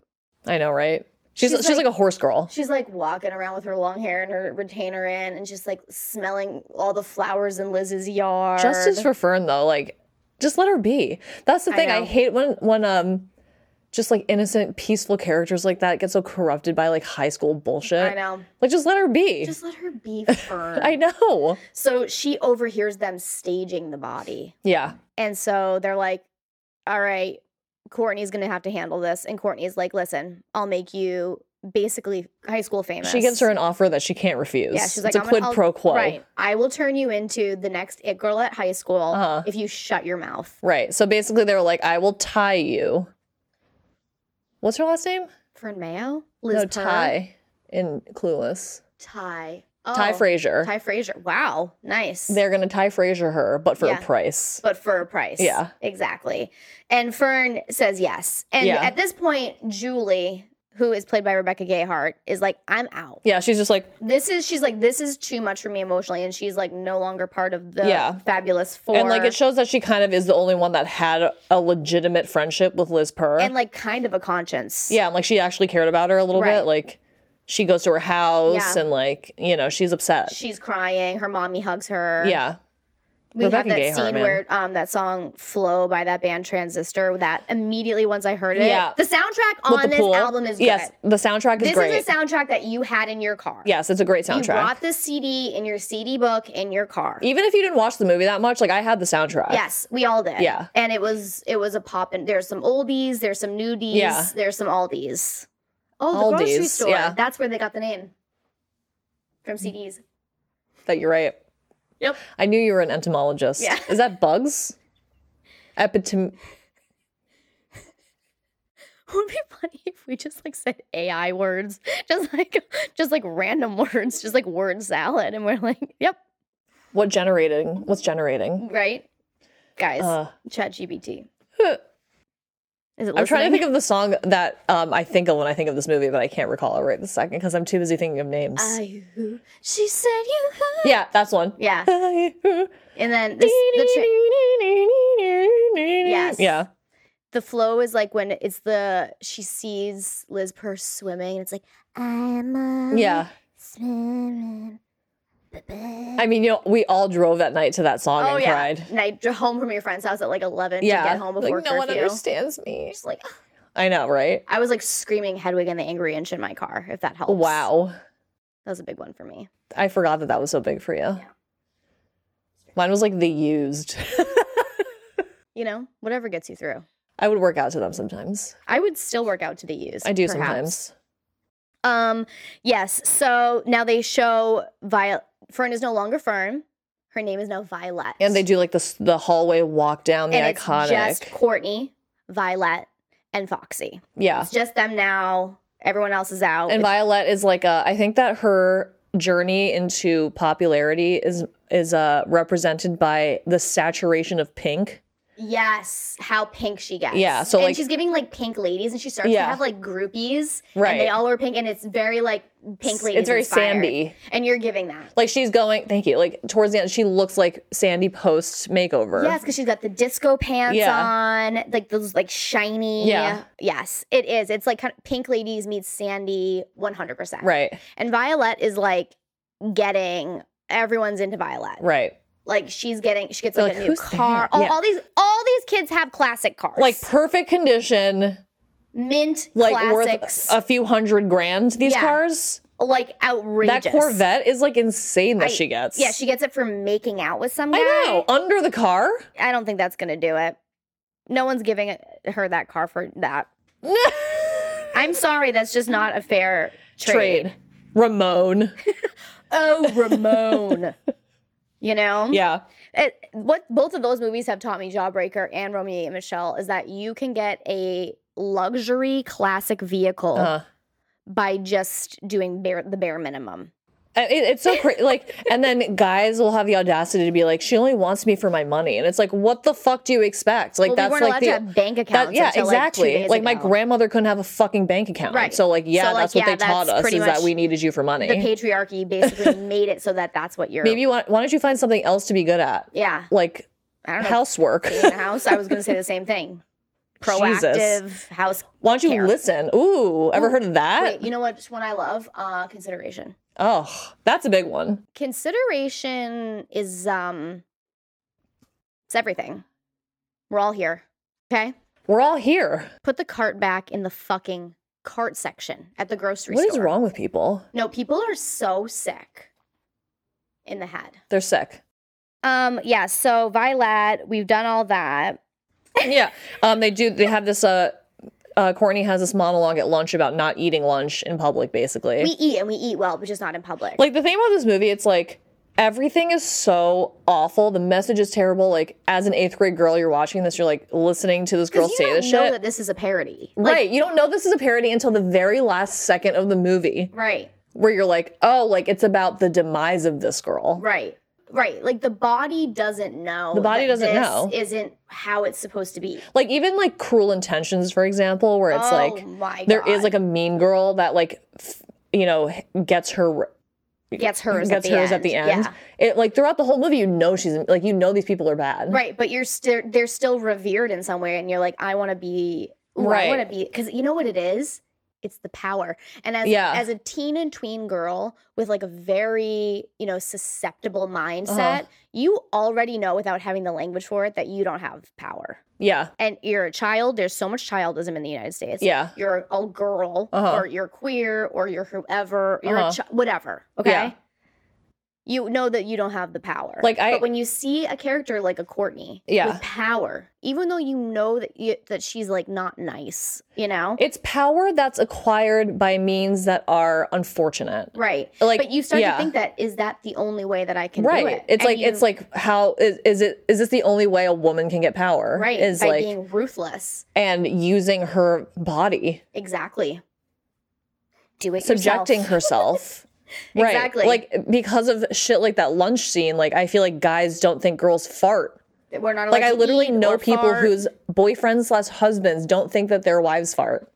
I know, right? She's she's,
She's
like,
like-
a horse girl.
She's like walking around with her long hair and her retainer in, and just like smelling all the flowers in Liz's yard.
Justice for Fern though, like just let her be. That's the thing. I,
know.
hate when when um just like innocent, peaceful characters like that get so corrupted by like high school bullshit.
I know.
Like just let her be.
Just let her be Fern.
I know.
so she overhears them staging the body,
Yeah.
and so they're like, "All right, Courtney's gonna have to handle this." And Courtney's like, "Listen, I'll make you basically high school famous."
She gives her an offer that she can't refuse.
Yeah, she's like,
it's a
"I'm gonna-
quid
I'll-
pro quo.
Right. I will turn you into the next it girl at high school
Uh-huh.
if you shut your mouth.
Right. So basically, they were like, "I will tie you." What's her last name?
Fern Mayo? Liz
no,
Purr?
Ty in Clueless.
Ty. Oh,
Ty Frazier.
Ty Frazier. Wow. Nice.
They're gonna Ty Frazier her, but for
Yeah.
a price.
but for a price.
Yeah.
Exactly. And Fern says yes. And
Yeah.
at this point, Julie, who is played by Rebecca Gayhart, is like, I'm out.
Yeah, she's just like,
This is she's like, this is too much for me emotionally. And she's like no longer part of the
Yeah.
fabulous four.
and like it shows that she kind of is the only one that had a legitimate friendship with Liz Purr.
and like kind of a conscience.
yeah, and like she actually cared about her a little
Right.
bit. Like she goes to her house
Yeah.
and like you know she's upset.
She's crying. Her mommy hugs her.
yeah,
We
Rebecca
have that
Gayheart,
scene
man.
where um, that song "Flow" by that band Transistor. That immediately once I heard it,
Yeah.
the soundtrack
With
on
the
this
pool.
album is good.
yes, the soundtrack is
this
great.
is a soundtrack that you had in your car.
yes, it's a great
you
soundtrack.
brought the CD in your CD book in your car.
Even if you didn't watch the movie that much, like I had the soundtrack.
Yes, we all did.
Yeah.
and it was it was a pop. And there's some oldies, there's some newdies,
Yeah.
there's some aldies. Oh, the grocery
Aldi's,
store.
yeah.
That's where they got the name from CDs.
Mm. that you're right.
Yep.
I knew you were an entomologist.
Yeah.
Is that bugs? Epitom.
It would be funny if we just like said AI words, just like just like random words, just like word salad, and we're like, yep,
What generating? What's generating?
right, guys.
Uh,
Chat GBT.
Huh.
Is it?
I'm trying to think of the song that um, I think of when I think of this movie, but I can't recall it right this second because I'm too busy thinking of names.
Of- she said you.
yeah, that's one.
Uh, Yeah,
Yes.
and then this, the tra- Yes.
Yeah.
the flow is like when it's the she sees Liz Purr swimming, and it's like I'm a
Yeah.
swimming.
I mean, you know, we all drove that night to that song
Oh
and
yeah,
cried.
and I drove home from your friend's house at like eleven
Yeah.
to get home before
like, no one
curfew.
understands me.
Just like
I know, right?
I was like screaming Hedwig and the Angry Inch in my car, if that helps.
Wow.
That was a big one for me.
I forgot that that was so big for you. Mine was like the used.
You know, whatever gets you through.
I would work out to them sometimes.
I would still work out to the use.
I do
perhaps.
sometimes.
Um, yes. So now they show Violet. Fern is no longer Fern. Her name is now Violet.
And they do like the the hallway walk down the
and it's
iconic.
just Courtney, Violet, and Foxy.
yeah.
It's just them now. Everyone else is out. It's-
And Violet is like uh, I think that her journey into popularity is is uh represented by the saturation of pink.
yes, how pink she gets.
Yeah, so,
and
like-
she's giving like pink ladies, and she starts
Yeah.
to have like groupies, And
Right.
they all wear pink, and it's very like pink ladies.
it's very
inspired.
sandy.
and you're giving that.
Like she's going, thank you. Like towards the end, she looks like Sandy post makeover.
Yes, because she's got the disco pants
Yeah.
on, like those like shiny.
Yeah.
Yes, it is. It's like kind of Pink Ladies meets Sandy, one hundred percent.
Right.
And Violet is like getting everyone's into Violet.
Right.
Like she's getting, she gets
They're
like,
like,
a new
"Who's there?"
car. All,
Yeah.
all these, all these kids have classic cars.
Like perfect condition,
mint
like
classics,
worth a few hundred grand. These
Yeah.
cars.
like outrageous.
That Corvette is like insane that
I-
she gets.
Yeah, she gets it for making out with some guy.
I know. Under the car?
I don't think that's gonna do it. No one's giving her that car for that. I'm sorry, that's just not a fair trade.
Trade. Ramon.
Oh, Ramon. you know?
Yeah.
It, what both of those movies have taught me, Jawbreaker and Romeo and Michelle, is that you can get a luxury classic vehicle
Uh,
by just doing bare, the bare minimum.
and Uh, it, it's so crazy. like, and then guys will have the audacity to be like, "She only wants me for my money," and it's like, "What the fuck do you expect?" Like,
Well,
that's
we weren't allowed
like the
to have bank accounts.
that, yeah,
until, Like, two
exactly.
days
Like, my
ago.
grandmother couldn't have a fucking bank account,
Right.
so like, yeah,
So, like,
that's what
yeah,
they taught
that's
us
pretty
is that
much
we needed you for
the
money.
patriarchy basically made it so that that's what you're.
Maybe you want, why don't you find something else to be good at,
yeah,
like
I don't know.
housework?
in the house, I was going to say the same thing. proactive house.
Why don't you
Care.
listen? Ooh, ever
Ooh,
heard of that?
Wait, you know what? Just one I love. Uh, consideration.
Oh, that's a big one.
Consideration is um, it's everything. We're all here. Okay,
We're all here.
put the cart back in the fucking cart section at the grocery
What
store.
is wrong with people?
No, people are so sick in the head.
They're sick.
Um, yeah, so Violet, we've done all that.
yeah. Um, they do. They have this. Uh, uh, Courtney has this monologue at lunch about not eating lunch in public, basically.
We eat and we eat well, but just not in public.
like the thing about this movie, it's like everything is so awful. The message is terrible. Like as an eighth grade girl, you're watching this, you're like listening to this
'Cause
girl
you
say
don't
this
know
shit.
that this is a parody.
right. You don't know this is a parody until the very last second of the movie,
Right,
where you're like, oh, like it's about the demise of this girl.
right, right. Like the body doesn't know.
The body
that
doesn't
this
know.
Isn't how it's supposed to be.
Like even like Cruel Intentions, for example, where it's
oh
like
my
there is
God.
like a mean girl that like f- you know gets her
gets hers
gets
at the
hers
end.
at the end.
Yeah.
It like throughout the whole movie, you know she's like you know these people are bad.
Right, but you're still they're still revered in some way, and you're like, I want to be, ooh, I
Right.
want to be, because you know what it is, it's the power. And as
Yeah.
as a teen and tween girl with like a very you know susceptible mindset,
Uh-huh.
you already know without having the language for it that you don't have power,
Yeah,
and you're a child. There's so much childism in the United States.
yeah,
You're a girl,
Uh-huh.
or you're queer, or you're whoever, you're a
Uh-huh.
chi- whatever. Okay,
Yeah.
you know that you don't have the power.
Like, I-
but when you see a character like a Courtney,
Yeah.
with power, even though you know that you, that she's like not nice, you know,
It's power that's acquired by means that are unfortunate.
right?
like,
but you start to
yeah.
think that is that the only way that I can do
Right.
it?
It's
And
like
you-
it's like how is, is it is this the only way a woman can get power?
right
Is
by
like
being ruthless,
and using her body,
exactly. Do it
subjecting
yourself.
herself. Right.
Exactly.
Like because of shit like that lunch scene, like I feel like guys don't think girls fart.
We're not
Like
allowed
I
to
literally
eat
know
or
people
fart.
whose boyfriends slash husbands don't think that their wives fart.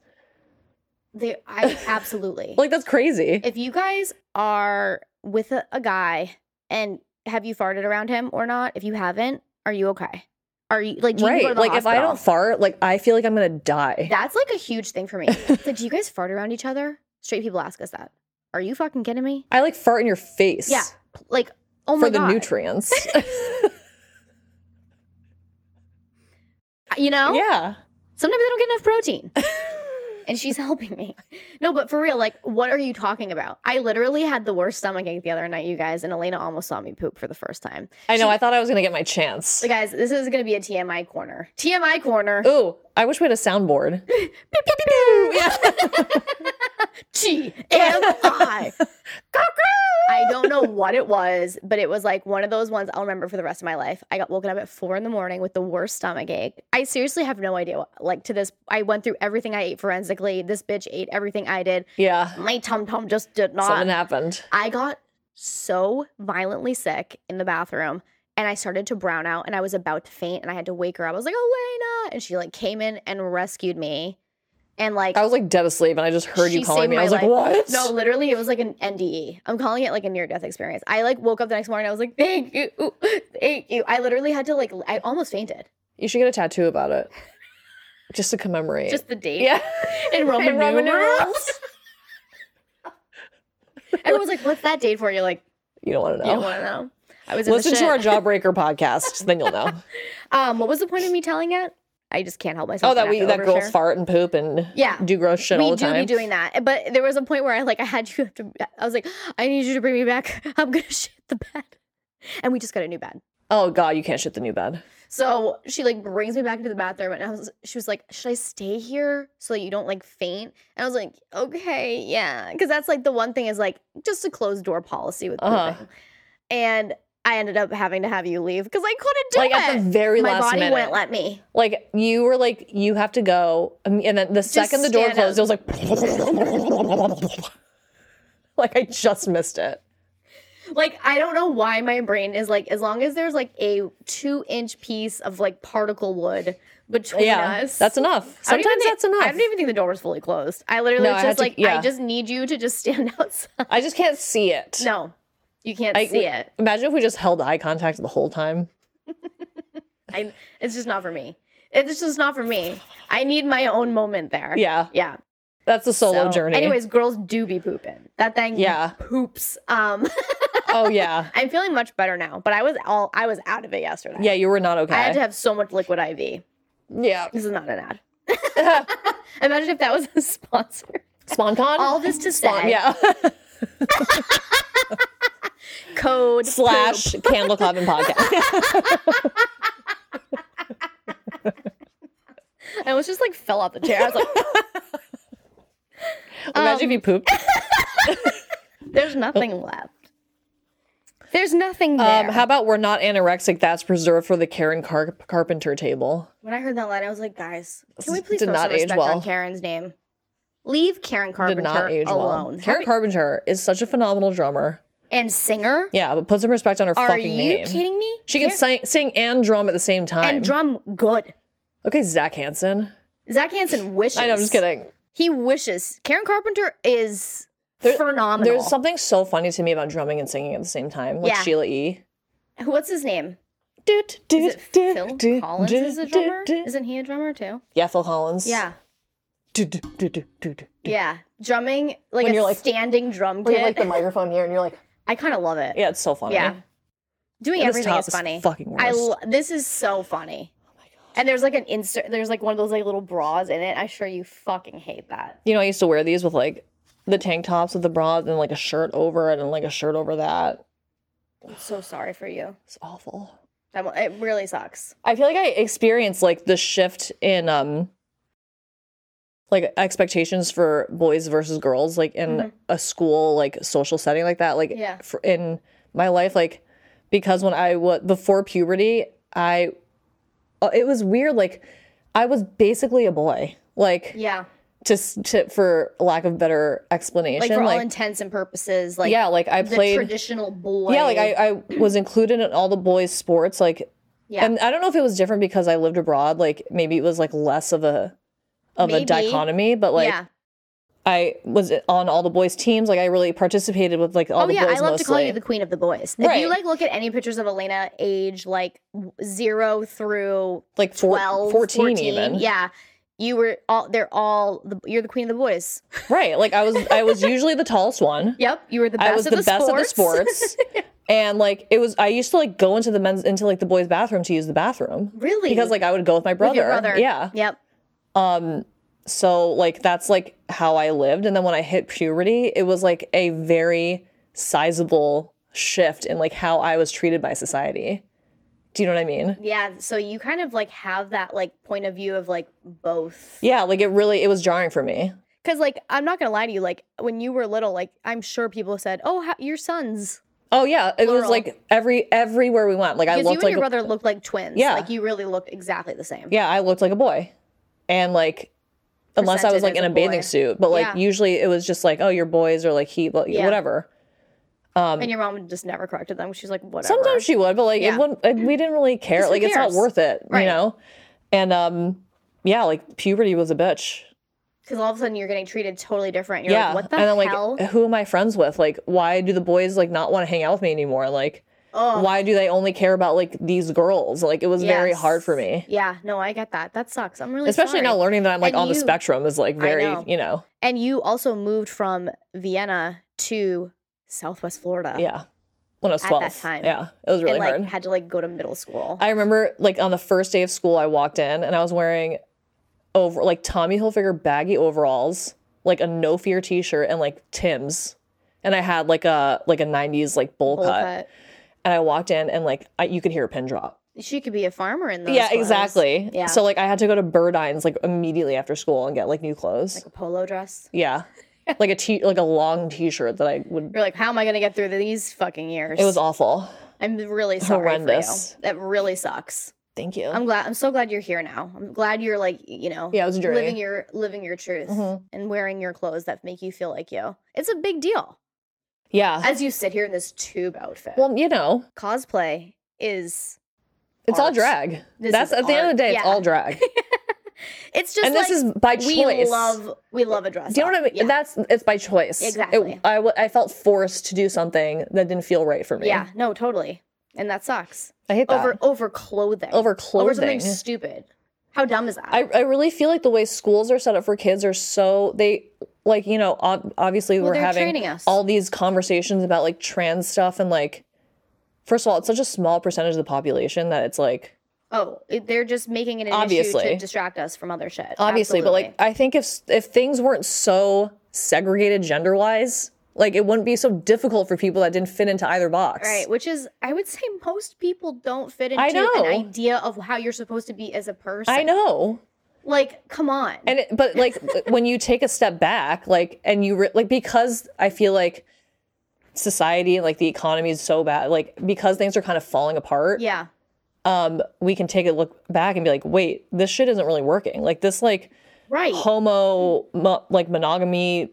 they, I absolutely
Like that's crazy.
if you guys are with a, a guy and have you farted around him or not if you haven't are you okay are you like do you
right.
go to the
Like if I
hospital?
don't fart, like I feel like I'm gonna die.
that's like a huge thing for me It's like do you guys fart around each other straight people ask us that are you fucking kidding me
I like fart in your face.
yeah like oh my
for the
god
nutrients.
Uh, you know
yeah.
sometimes i don't get enough protein and she's helping me no but for real like what are you talking about i literally had the worst stomach ache the other night you guys and elena almost saw me poop for the first time
I know. I thought I was going to get my chance.
so guys this is gonna be a tmi corner tmi corner
Ooh, I wish we had a soundboard. Yeah.
G M I. I don't know what it was, but it was like one of those ones I'll remember for the rest of my life. I got woken up at four in the morning with the worst stomach ache. I seriously have no idea. What, like to this, I went through everything I ate forensically. This bitch ate everything I did.
Yeah.
My tum tum just did not.
Something happened.
I got so violently sick in the bathroom and I started to brown out and I was about to faint and I had to wake her up. I was like, Elena. And she like came in and rescued me. And like,
I was like dead asleep and I just heard you
She
calling
saved
me. I
my
was like,
life.
what?
No, literally, it was like an NDE. I'm calling it like a near death experience. I like woke up the next morning. I was like, thank you, thank you. I literally had to like, I almost fainted.
You should get a tattoo about it just to commemorate.
Just the date.
yeah.
In Roman,
In Roman
numerals.
numerals.
Everyone's like, what's that date for? You're like,
You don't want to
you don't
know.
want to know. I was in
Oh. Listen
the
to our
shit.
Jawbreaker podcast, then you'll know.
Um, what was the point of me telling it? I just can't help myself.
oh, that
but I
we
have to
that girls
overshare.
fart and poop and
Yeah.
do gross shit
we
all the
do
time.
be doing that, but there was a point where I like I had you to. I was like, I need you to bring me back. I'm gonna shit the bed, and we just got a new bed.
oh God, you can't shit the new bed.
So she like brings me back into the bathroom and I was she was like, Should I stay here so that you don't like faint? And I was like, Okay, yeah. Cause that's like the one thing is like just a closed door policy with pooping.
Uh-huh.
And I ended up having to have you leave because I couldn't do
Like
it.
at the very
My
last
body
minute.
wouldn't let me.
Like you were like you have to go, um, and then the second the door
stand up.
closed, it was like, like I just missed it.
Like I don't know why my brain is like, as long as there's like a two inch piece of like particle wood between
Yeah,
us.
that's enough.
I don't even
Sometimes
think-
that's enough.
I don't even think the door was fully closed. I literally
No,
was
I had
just
to-
like, I
yeah.
just need you to just stand outside.
I just can't see it.
No, you can't
I
see it.
Imagine if we just held eye contact the whole time.
I, it's just not for me. It's just not for me. I need my own moment there.
Yeah.
Yeah.
That's a solo
So,
journey.
Anyways, girls do be pooping. That thing
Yeah.
poops. Um
Oh yeah.
I'm feeling much better now, but I was all I was out of it yesterday.
Yeah, you were not okay.
I had to have so much liquid IV.
yeah.
This is not an ad. Imagine if that was a sponsor.
SpawnCon?
All this to say,
Spawn, yeah.
code
Slash Candle Coven Podcast.
poop. I almost just like fell off the chair. I was like,
Imagine
Um,
if you pooped.
there's nothing left. There's nothing there.
Um, how about we're not anorexic? That's preserved for the Karen Car- Carpenter table.
when I heard that line, I was like, guys, can we
This
please
did
throw
not
some
age
respect
well.
on Karen's name? Leave Karen
Did
Carpenter
not age
alone.
well. Karen Carpenter is such a phenomenal drummer.
and singer?
Yeah, but put some respect on her
Are
fucking
you
name.
kidding me?
She can sing, sing and drum at the same time.
and drum good.
okay, Zach Hansen.
Zach Hansen wishes.
I know, I'm just kidding.
He wishes. Karen Carpenter is
There-
phenomenal.
There's something so funny to me about drumming and singing at the same time, like
Yeah.
Sheila E.
What's his name?
Doot,
Is
doot,
it
doot,
Phil
doot,
Collins
doot,
is a
doot,
drummer?
doot.
Isn't he a drummer too?
Yeah, Phil Collins.
Yeah.
Doot, doot, doot, doot, doot, doot.
Yeah. Drumming like
When
a
you're, like-
standing drum
Where
kit.
you have, like the microphone here, and you're like,
I kind of love it.
yeah, it's so funny.
Yeah. Doing
And this
everything
top
is funny.
fucking Oh worst.
I lo- this is so funny. And there's like an insert. There's like one of those like little bras in it. I sure you fucking hate that.
you know, I used to wear these with like the tank tops with the bra and like a shirt over it and like a shirt over that.
I'm so sorry for you.
It's awful.
That wa- it really sucks.
I feel like I experienced like the shift in um like expectations for boys versus girls like in a school like social setting like that like
Mm-hmm. Yeah.
fr- in my life like because when I was before puberty I uh, it was weird like I was basically a boy like
Yeah.
just to, for lack of better explanation
Like for all intents and purposes, like
yeah like I
the
played
traditional boy.
yeah, like I, I was included in all the boys' sports. Like,
Yeah.
and I don't know if it was different because I lived abroad. Like, maybe it was like less of a of
Maybe.
a dichotomy. But like,
yeah.
I was on all the boys' teams. Like, I really participated with like all
Oh
the
yeah,
boys
I love to
mostly.
call you the queen of the boys. If
Right.
you like look at any pictures of Elena, age like w- zero through
like four,
12,
14, even.
Yeah, you were all. They're all. The, you're the queen of the boys.
Right. Like, I was I was usually the tallest one.
Yep, you were the best.
I was
at
the,
the
best
sports.
at the sports. And like it was, I used to like go into the men's into like the boys' bathroom to use the bathroom
Really?
because like I would go with my
With
brother.
your brother.
Yeah,
Yep.
so like that's like how i lived and then when i hit puberty it was like a very sizable shift in like how i was treated by society do you know what i mean
Yeah. So you kind of like have that like point of view of like both.
yeah like it really it was jarring for me
Because like I'm not gonna lie to you, like when you were little, like I'm sure people said, "Oh, how, your sons."
oh yeah it was
Plural.
like every everywhere we went like i
Because you
looked
and
like
your
a-
brother looked like twins.
Yeah.
Like you really looked exactly the same.
yeah i looked like a boy and like unless i was
Presented
like
as
in a,
a
bathing
boy.
suit but like
Yeah.
usually it was just like oh your boys or like he but
Yeah.
whatever Um,
and your mom just never corrected them. She's like, whatever.
Sometimes she would, but like
Yeah.
it wouldn't, it- we didn't really care.
Just who
Like it's not
cares?
worth it, you
Right.
know. And um, yeah, like puberty was a bitch.
because all of a sudden you're getting treated totally different. You're
yeah,
like, what the
and I'm
hell?
like, who am I friends with? Like, why do the boys like not want to hang out with me anymore? Like,
oh,
why do they only care about like these girls? Like it was very
yes.
hard for me,
Yeah, no, I get that. That sucks. I'm really
especially
sorry.
now learning that I'm like
And
on the
you-
spectrum is like very,
know.
you know,
And you also moved from Vienna to Southwest Florida.
yeah. When I was
At that
twelve,
time.
yeah, it was really
and like
hard.
had to like go to middle school.
I remember like on the first day of school, I walked in and I was wearing over like Tommy Hilfiger baggy overalls, like a no fear T-shirt, and like Tim's, and I had like a like a '90s like bowl,
Bowl
cut.
cut.
and I walked in and like I, you could hear a pin drop.
She could be a farmer in those.
yeah,
clothes.
exactly.
Yeah.
So like I had to go to Birdine's like immediately after school and get like new clothes.
like a polo dress.
yeah, like a t like a long T-shirt that I would.
You're like, how am I going to get through these fucking years?
It was awful.
I'm really sorry
horrendous.
for you. That really sucks.
Thank you.
I'm glad. I'm so glad you're here now. I'm glad you're like, you know,
yeah, it was a journey.
living
Mm-hmm.
your living your truth and wearing your clothes that make you feel like you. It's a big deal.
yeah.
As you sit here in this tube outfit,
Well, you know,
cosplay is
it's all
Art.
drag.
This
That's
is
at the end of the
art.
day, it's
Yeah.
all drag.
it's just
and
like
this is by
we
choice.
love we love a dress.
do you know what I
up.
mean?
Yeah.
That's it's by choice. It-
Exactly.
I, w- I felt forced to do something that didn't feel right for me.
yeah, no, totally. And that sucks.
I hate that.
Over over clothing.
Over
Over something
clothing.
stupid. How dumb is that?
I, I really feel like the way schools are set up for kids are so they like you know ob- obviously
Well,
we're
they're
having
training us.
all these conversations about like trans stuff and like first of all it's such a small percentage of the population that it's like
oh, it- they're just making it an issue
Obviously.
to distract us from other shit.
obviously but like
Absolutely.
I think if s- if things weren't so segregated gender wise like it wouldn't be so difficult for people that didn't fit into either box
right, which is I would say most people don't fit into
I know.
an idea of how you're supposed to be as a person.
I know
Like, come on.
and it, but like when you take a step back like and you re- like because i feel like society and like the economy is so bad like because things are kind of falling apart
yeah.
um we can take a look back and be like wait this shit isn't really working like this like
Right.
homo mo- like monogamy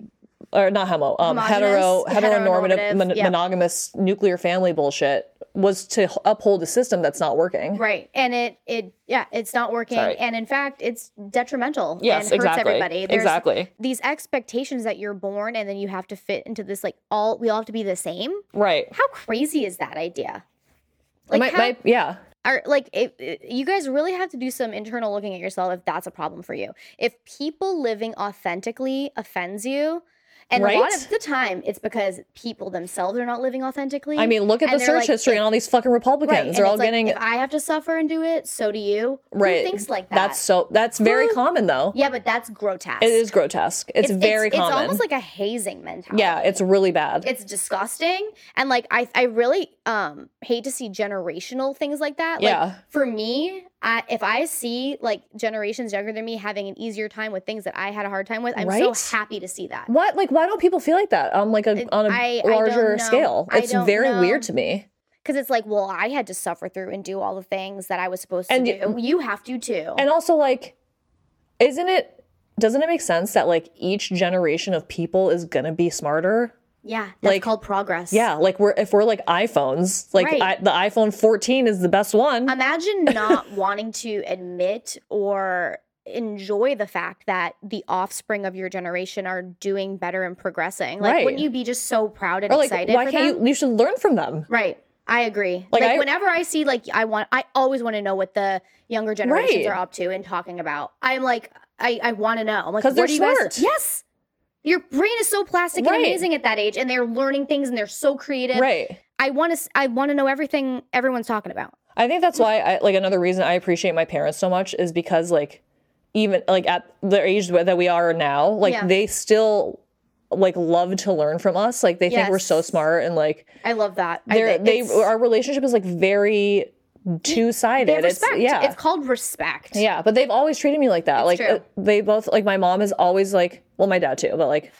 or not homo um hetero
Homogenous,
heteronormative
heteronormative,
mon-
yeah.
monogamous nuclear family bullshit was to h- uphold a system that's not working
Right. And it it yeah, it's not working.
Sorry.
And in fact, it's detrimental.
yes
and hurts
exactly
everybody. There's
exactly
these expectations that you're born and then you have to fit into this like all we all have to be the same.
right
How crazy is that idea? Like,
my,
how,
my, yeah
are, like it, it- you guys really have to do some internal looking at yourself if that's a problem for you. If people living authentically offends you, and a lot
Right?
of the time it's because people themselves are not living authentically.
I mean, look at
and
the
they're
search
like,
history
if-
and all these fucking Republicans.
and
They're all
it's like,
getting
If I have to suffer and do it, so do you.
right.
Who thinks like that?
That's so. That's very common though.
yeah, but that's grotesque.
It is grotesque. It's, very common.
It's almost like a hazing mentality.
yeah, it's really bad.
it's disgusting and like i i really um hate to see generational things like that like
Yeah.
for me I, if i see like generations younger than me having an easier time with things that i had a hard time with i'm
Right?
so happy to see that
what? Like, why don't people feel like that on like a
It-
on a
I- I don't
larger
know.
scale?
I
It's
don't
very
know.
weird to me.
because it's like well i had to suffer through and do all the things that i was supposed to
And y-
do you have to too
And also, like, isn't it? Doesn't it make sense that like each generation of people is gonna be smarter?
yeah that's
like-
called progress
Yeah, like we're if we're like iPhones, like
Right.
I, the iPhone 14 is the best one.
imagine not wanting to admit or enjoy the fact that the offspring of your generation are doing better and progressing. Like,
Right.
wouldn't you be just so proud and
or like,
excited?
why
for
can't
them?
you? You should learn from them.
Right. I agree.
Like,
Like,
I-
whenever I see, like, I want, I always want to know what the younger generations
Right.
are up to and talking about. I'm like, I, I want to know. I'm like,
'Cause they're
what do you guys-
smart.
Yes. Your brain is so plastic
Right.
and amazing at that age, and they're learning things and they're so creative.
Right.
I want to, I want to know everything everyone's talking about.
I think that's why I like another reason I appreciate my parents so much is because like even like at the age that we are now, like
Yeah.
they still like love to learn from us. Like they think we're so
Yes.
smart and like
I love that. I
they're
think
they
it's-
our relationship is like very two
They
sided.
have respect. It's,
yeah.
called respect.
yeah, but they've always treated me like that. like
true.
uh, they both like my mom is always like well my dad too, but like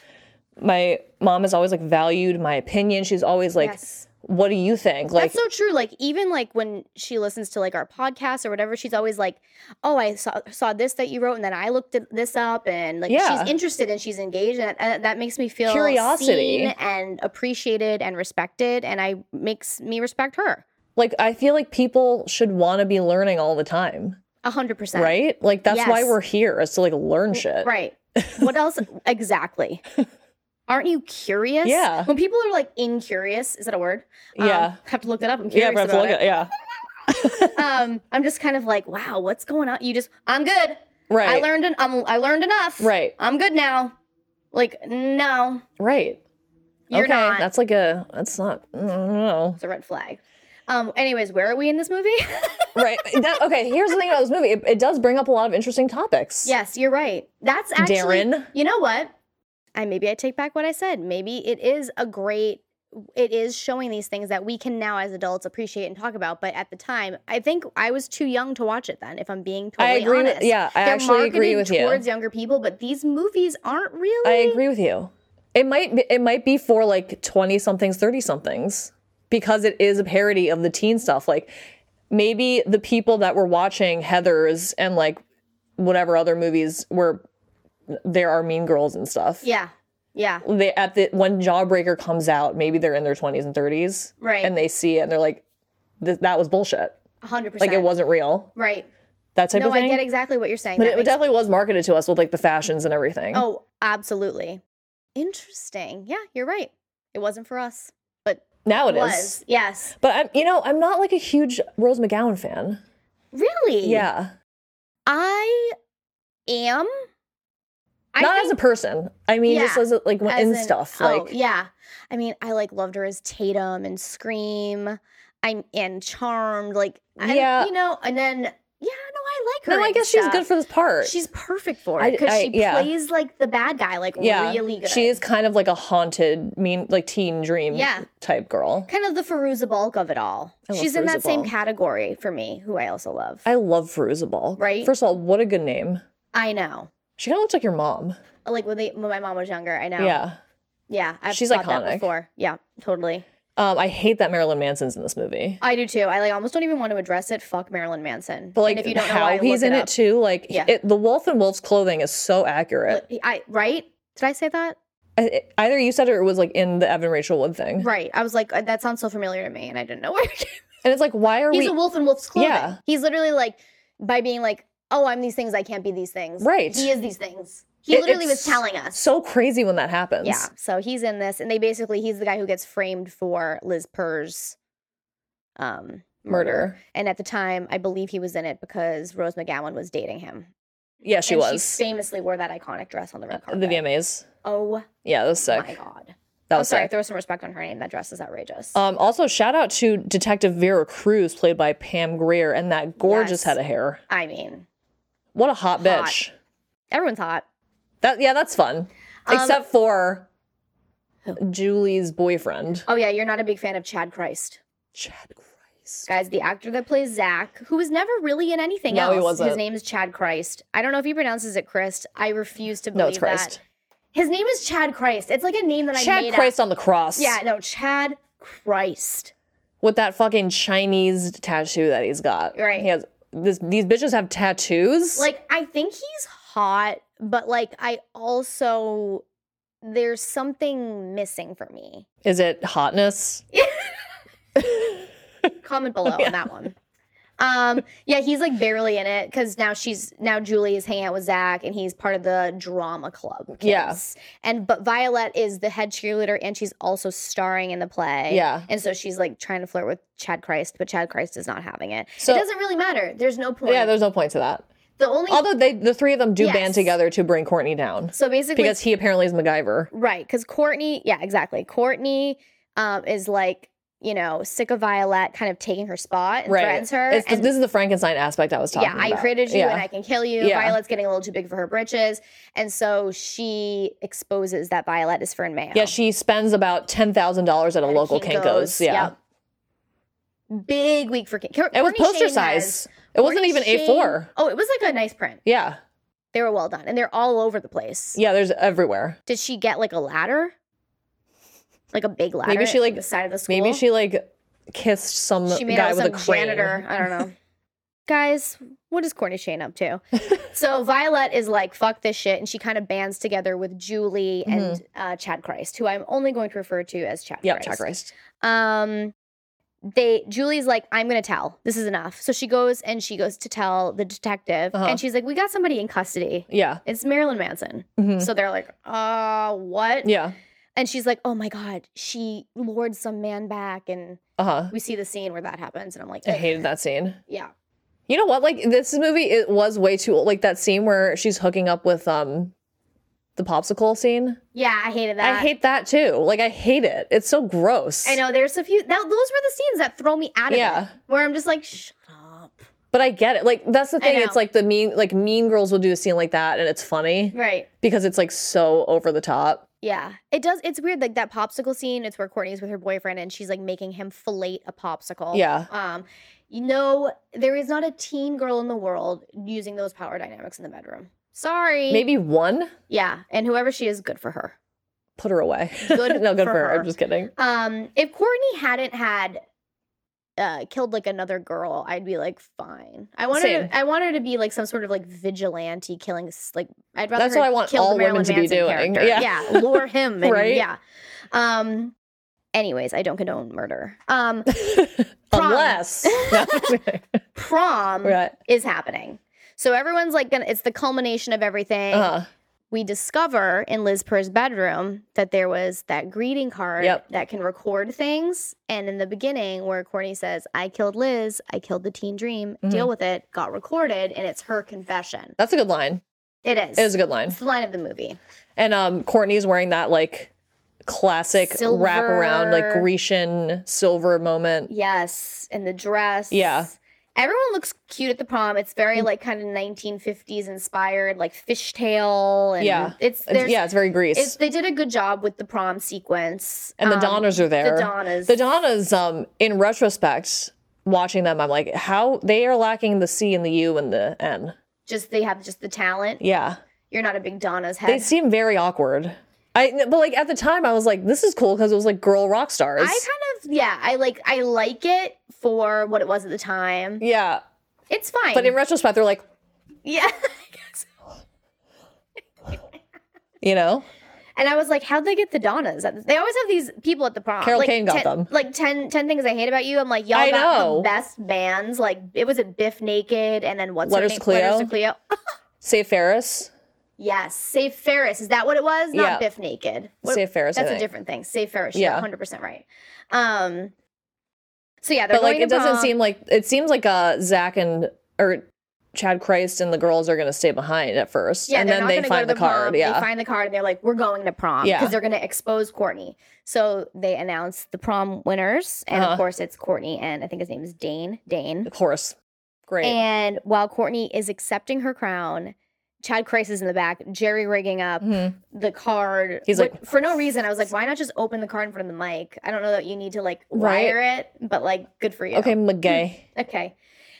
my mom has always like valued my opinion. She's always like
Yes.
what do you think? Like
That's so true. Like even like when she listens to like our podcast or whatever, she's always like, "Oh, I saw saw this that you wrote, and then I looked at this up, and like
Yeah.
she's interested and she's engaged, and uh, that makes me feel
Curiosity.
seen and appreciated and respected, and I makes me respect her
like I feel like people should want to be learning all the time.
a hundred percent.
right like that's why
Yes.
we're here is to like learn shit
Right. What else exactly? Aren't you curious?
Yeah.
When people are like incurious, is that a word? Um,
Yeah.
have to look that up. I'm
yeah
curious
but I have to
about
look
it.
at yeah
um, I'm just kind of like, wow, what's going on? You just, I'm good.
right
I learned, en- I'm, I learned enough.
Right.
I'm good now. Like, no,
right
you're
okay
not.
that's like a that's not i don't know
it's a red flag. Um, anyways, where are we in this movie?
right that, okay here's the thing about this movie it, it does bring up a lot of interesting topics
yes, you're right. That's actually,
Darren.
you know what? I maybe I take back what I said. Maybe it is a great, it is showing these things that we can now as adults appreciate and talk about. But at the time, I think I was too young to watch it then. If I'm being totally
i agree
honest,
with, yeah i
They're
actually agree
marketed
with
towards
you
younger people, but these movies aren't really.
i agree with you it might be it might be for like 20 somethings 30 somethings because it is a parody of the teen stuff like maybe the people that were watching heathers and like whatever other movies were there are mean girls and stuff
Yeah. Yeah.
they at the when Jawbreaker comes out, maybe they're in their twenties and thirties,
Right.
and they see it and they're like, "Th- "That was bullshit.
100%.
Like it wasn't real."
Right.
That type
No,
of thing.
I get exactly what you're saying.
But
That
it
makes-
definitely was marketed to us with like the fashions and everything.
oh, absolutely. Interesting. Yeah, you're right. It wasn't for us. But
now it is.
was. Yes.
But I'm, you know, I'm not like a huge Rose McGowan fan.
Really?
Yeah,
I am. I
Not
think-
as a person. I mean, just
Yeah.
as a, like in
as in-
stuff.
oh,
Like
yeah. I mean, I like loved her as Tatum and Scream. I'm and Charmed, like and,
Yeah.
you know. And then yeah, no, I like her.
no, I
and
guess she's good
stuff.
for this part.
She's perfect for
I-
it because
I-
she
yeah.
plays like the bad guy, like
yeah,
really good.
she is kind of like a haunted, mean, like teen dream
Yeah.
type girl.
kind of the Feruza Balk of it all.
I love
She's in that
Fairuza
same
Balk.
category for me, who I also love. I,
I love Feruza Balk.
Right?
First of all, what a good name.
know,
She kind of looks like your mom.
like when they when my mom was younger, I know.
Yeah.
yeah, I've
She's
thought that
iconic.
before. Yeah, totally.
Um, I hate that Marilyn Manson's in this movie.
I do too. I like almost don't even want to address it. Fuck Marilyn Manson.
But like
and if you don't know
how
why,
he's
look
in
it,
it,
up.
too, like
Yeah.
it, the wolf in wolf's clothing is so accurate.
Li- I right? Did I say that?
I, it- either you said it or it was like in the Evan Rachel Wood thing,
Right. I was like, uh, that sounds so familiar to me, and I didn't know where. it came-
and it's like why are
he's
we
a wolf in wolf's clothing.
Yeah.
He's literally like by being like, oh, I'm these things. I can't be these things.
Right.
He is these things. He
It-
literally was
it's
telling us.
so crazy when that happens?
Yeah. So he's in this, and they basically he's the guy who gets framed for Liz Purr's um,
murder.
And at the time, I believe he was in it because Rose McGowan was dating him.
Yeah, she
And
was Uh,
She famously wore that iconic dress on the red carpet.
the VMAs.
Oh
Yeah, that was sick.
my god.
That
I'm
was
sorry.
sick.
Throw some respect on her name. That dress is outrageous.
Um, also, shout out to Detective Vera Cruz, played by Pam Greer, and that gorgeous
Yes.
head of hair.
I mean,
What a hot,
Hot.
bitch!
everyone's hot.
That yeah, that's fun.
Um,
Except for Julie's boyfriend,
Oh yeah, you're not a big fan of Chad Christ,
Chad Christ.
guys. The actor that plays Zach, who was never really in anything
No,
else.
he wasn't.
His name is Chad Christ. I don't know if he pronounces it Christ. I refuse to believe
No, it's Christ.
that. His name is Chad Christ. It's like a name that I made
Chad
up.
Christ on the cross.
Yeah, no, Chad Christ.
With that fucking Chinese tattoo that he's got.
Right.
He has this these bitches have tattoos.
Like, I think he's hot, but like, I also, there's something missing for me.
is it hotness?
Comment below on that one. Um, yeah, he's like barely in it because now she's now Julie is hanging out with Zach and he's part of the drama club. Kids.
Yeah.
And but Violet is the head cheerleader and she's also starring in the play.
Yeah.
And so she's like trying to flirt with Chad Christ, but Chad Christ is not having it.
So-
it doesn't really matter. There's no point.
Yeah, there's no point to that.
the only
Although they the three of them do
Yes.
band together to bring Courtney down.
so basically
Because he apparently is MacGyver.
Right, because Courtney, yeah, exactly. Courtney um, is like, you know, sick of Violet, kind of taking her spot and
Right.
threatens her.
It's the-
and
this is the Frankenstein aspect I was talking
yeah,
about.
I created you
Yeah.
and I can kill you.
Yeah.
Violet's getting a little too big for her britches. And so she exposes that Violet is Fern Mayo.
Yeah, she spends about ten thousand dollars at a
And
local
Kinko's,
Kinko's. Yeah.
yep. Big week for Kinko.
It was poster size. it wasn't even A four.
Oh, it was like a nice print.
Yeah.
They were well done. And they're all over the place.
Yeah, there's everywhere.
Did she get like a ladder? Like a big ladder?
she,
at
like-
the side of the school.
Maybe she like kissed some
she made
guy
out
with a
with some
crane.
janitor. I don't know. Guys, what is Courtney Shane up to? so Violet is like, fuck this shit. And she kind of bands together with Julie and uh, Chad Christ, who I'm only going to refer to as Chad
Yep,
Christ.
Chad Christ.
Um, they Julie's like, I'm gonna tell. This is enough. So she goes and she goes to tell the detective,
Uh-huh.
and she's like, We got somebody in custody.
Yeah.
It's Marilyn Manson.
Mhm.
So they're like, uh, what?
Yeah.
And she's like, Oh my god, she lured some man back, and
Uh huh.
we see the scene where that happens, and I'm like,
I
"Ugh."
hated that scene.
yeah.
You know what? Like this movie, it was way too old. Like that scene where she's hooking up with um the popsicle scene.
Yeah, I hated that.
I hate that too. Like I hate it. It's so gross.
I know there's a few. That, those were the scenes that throw me out of
Yeah.
it. Where I'm just like, shut up.
But I get it. Like that's the thing.
know.
It's like the mean like mean girls will do a scene like that and it's funny
Right.
because it's like so over the top.
Yeah. It does. It's weird. Like that popsicle scene. It's where Courtney's with her boyfriend and she's like making him fillet a popsicle.
Yeah.
Um, you know, there is not a teen girl in the world using those power dynamics in the bedroom. Sorry.
Maybe one
Yeah. And whoever she is, good for her.
put her away.
Good
no, good
for
for, her.
her.
I'm just kidding.
Um, if Courtney hadn't had uh killed like another girl, I'd be like, fine. I want her
Same.
to, I want her to be like some sort of like vigilante killing s- like I'd rather
That's
her
what I want
kill the
all women
Marilyn
to be
Manson
doing.
character.
Yeah.
yeah, lure him and,
Right?
yeah. Um anyways, I don't condone murder. Um Prom.
Unless No, I'm just kidding.
prom
right.
is happening. So everyone's like gonna it's the culmination of everything.
Uh,
we discover in Liz Purr's bedroom that there was that greeting card
Yep.
that can record things. And in the beginning, where Courtney says, I killed Liz, I killed the teen dream, deal with it, got recorded, and it's her confession.
That's a good line.
It is.
It is a good line.
It's the line of the movie.
And um, Courtney's wearing that like classic
Silver.
wraparound, like Grecian silver moment.
Yes. And the dress.
Yeah.
Everyone looks cute at the prom. It's very like kind of 1950s inspired, like fishtail. And
Yeah.
It's,
It's-
there's,
yeah, it's very Greece.
it's, they did a good job with the prom sequence.
and the
Um,
Donnas are there.
The Donnas.
The Donnas, um, in retrospect, watching them, I'm like, how they are lacking the C and the U and the N.
just they have just the talent.
Yeah.
You're not a big Donna's head.
They seem very awkward. I but like at the time I was like, this is cool because it was like girl rock stars.
I kind of yeah, I like I like it for what it was at the time.
yeah.
It's fine.
But in retrospect, they're like,
yeah.
you know,
And I was like, how'd they get the Donnas? at the- They always have these people at the prom.
Carol
like,
Kane got
ten-
them.
Like 10, 10 things I hate about you. I'm like, y'all
I
got
know.
the best bands. Like it was a Biff Naked and then what's
Letters
her
to
name?
Cleo?
Letters to Cleo.
Say Ferris.
yes. Save Ferris. Is that what it was? Not
Yeah.
Biff Naked. What-
Save Ferris. I
That's a
think.
different thing. Save Ferris.
Yeah.
Yeah. 100% right. Um, so yeah, they're
But like
going
it
to
doesn't
prom.
seem like it seems like uh Zach and or Chad Christ and the girls are gonna stay behind at first.
Yeah,
and
they're
then
not
they
gonna go to
find the,
the
card.
Prom.
Yeah.
They find the card and they're like, we're going to prom
Yeah.
because they're going to expose Courtney. So they announce the prom winners. And
Uh-huh.
of course, it's Courtney and I think his name is Dane. Dane.
of course. Great.
And while Courtney is accepting her crown, Chad Christ is in the back, jerry rigging up
Mhm.
the card.
He's
Wh-
like-
for no reason. I was like, why not just open the card in front of the mic? I don't know that you need to like
Right.
wire it, but like, good for you.
Okay, McGay.
Okay.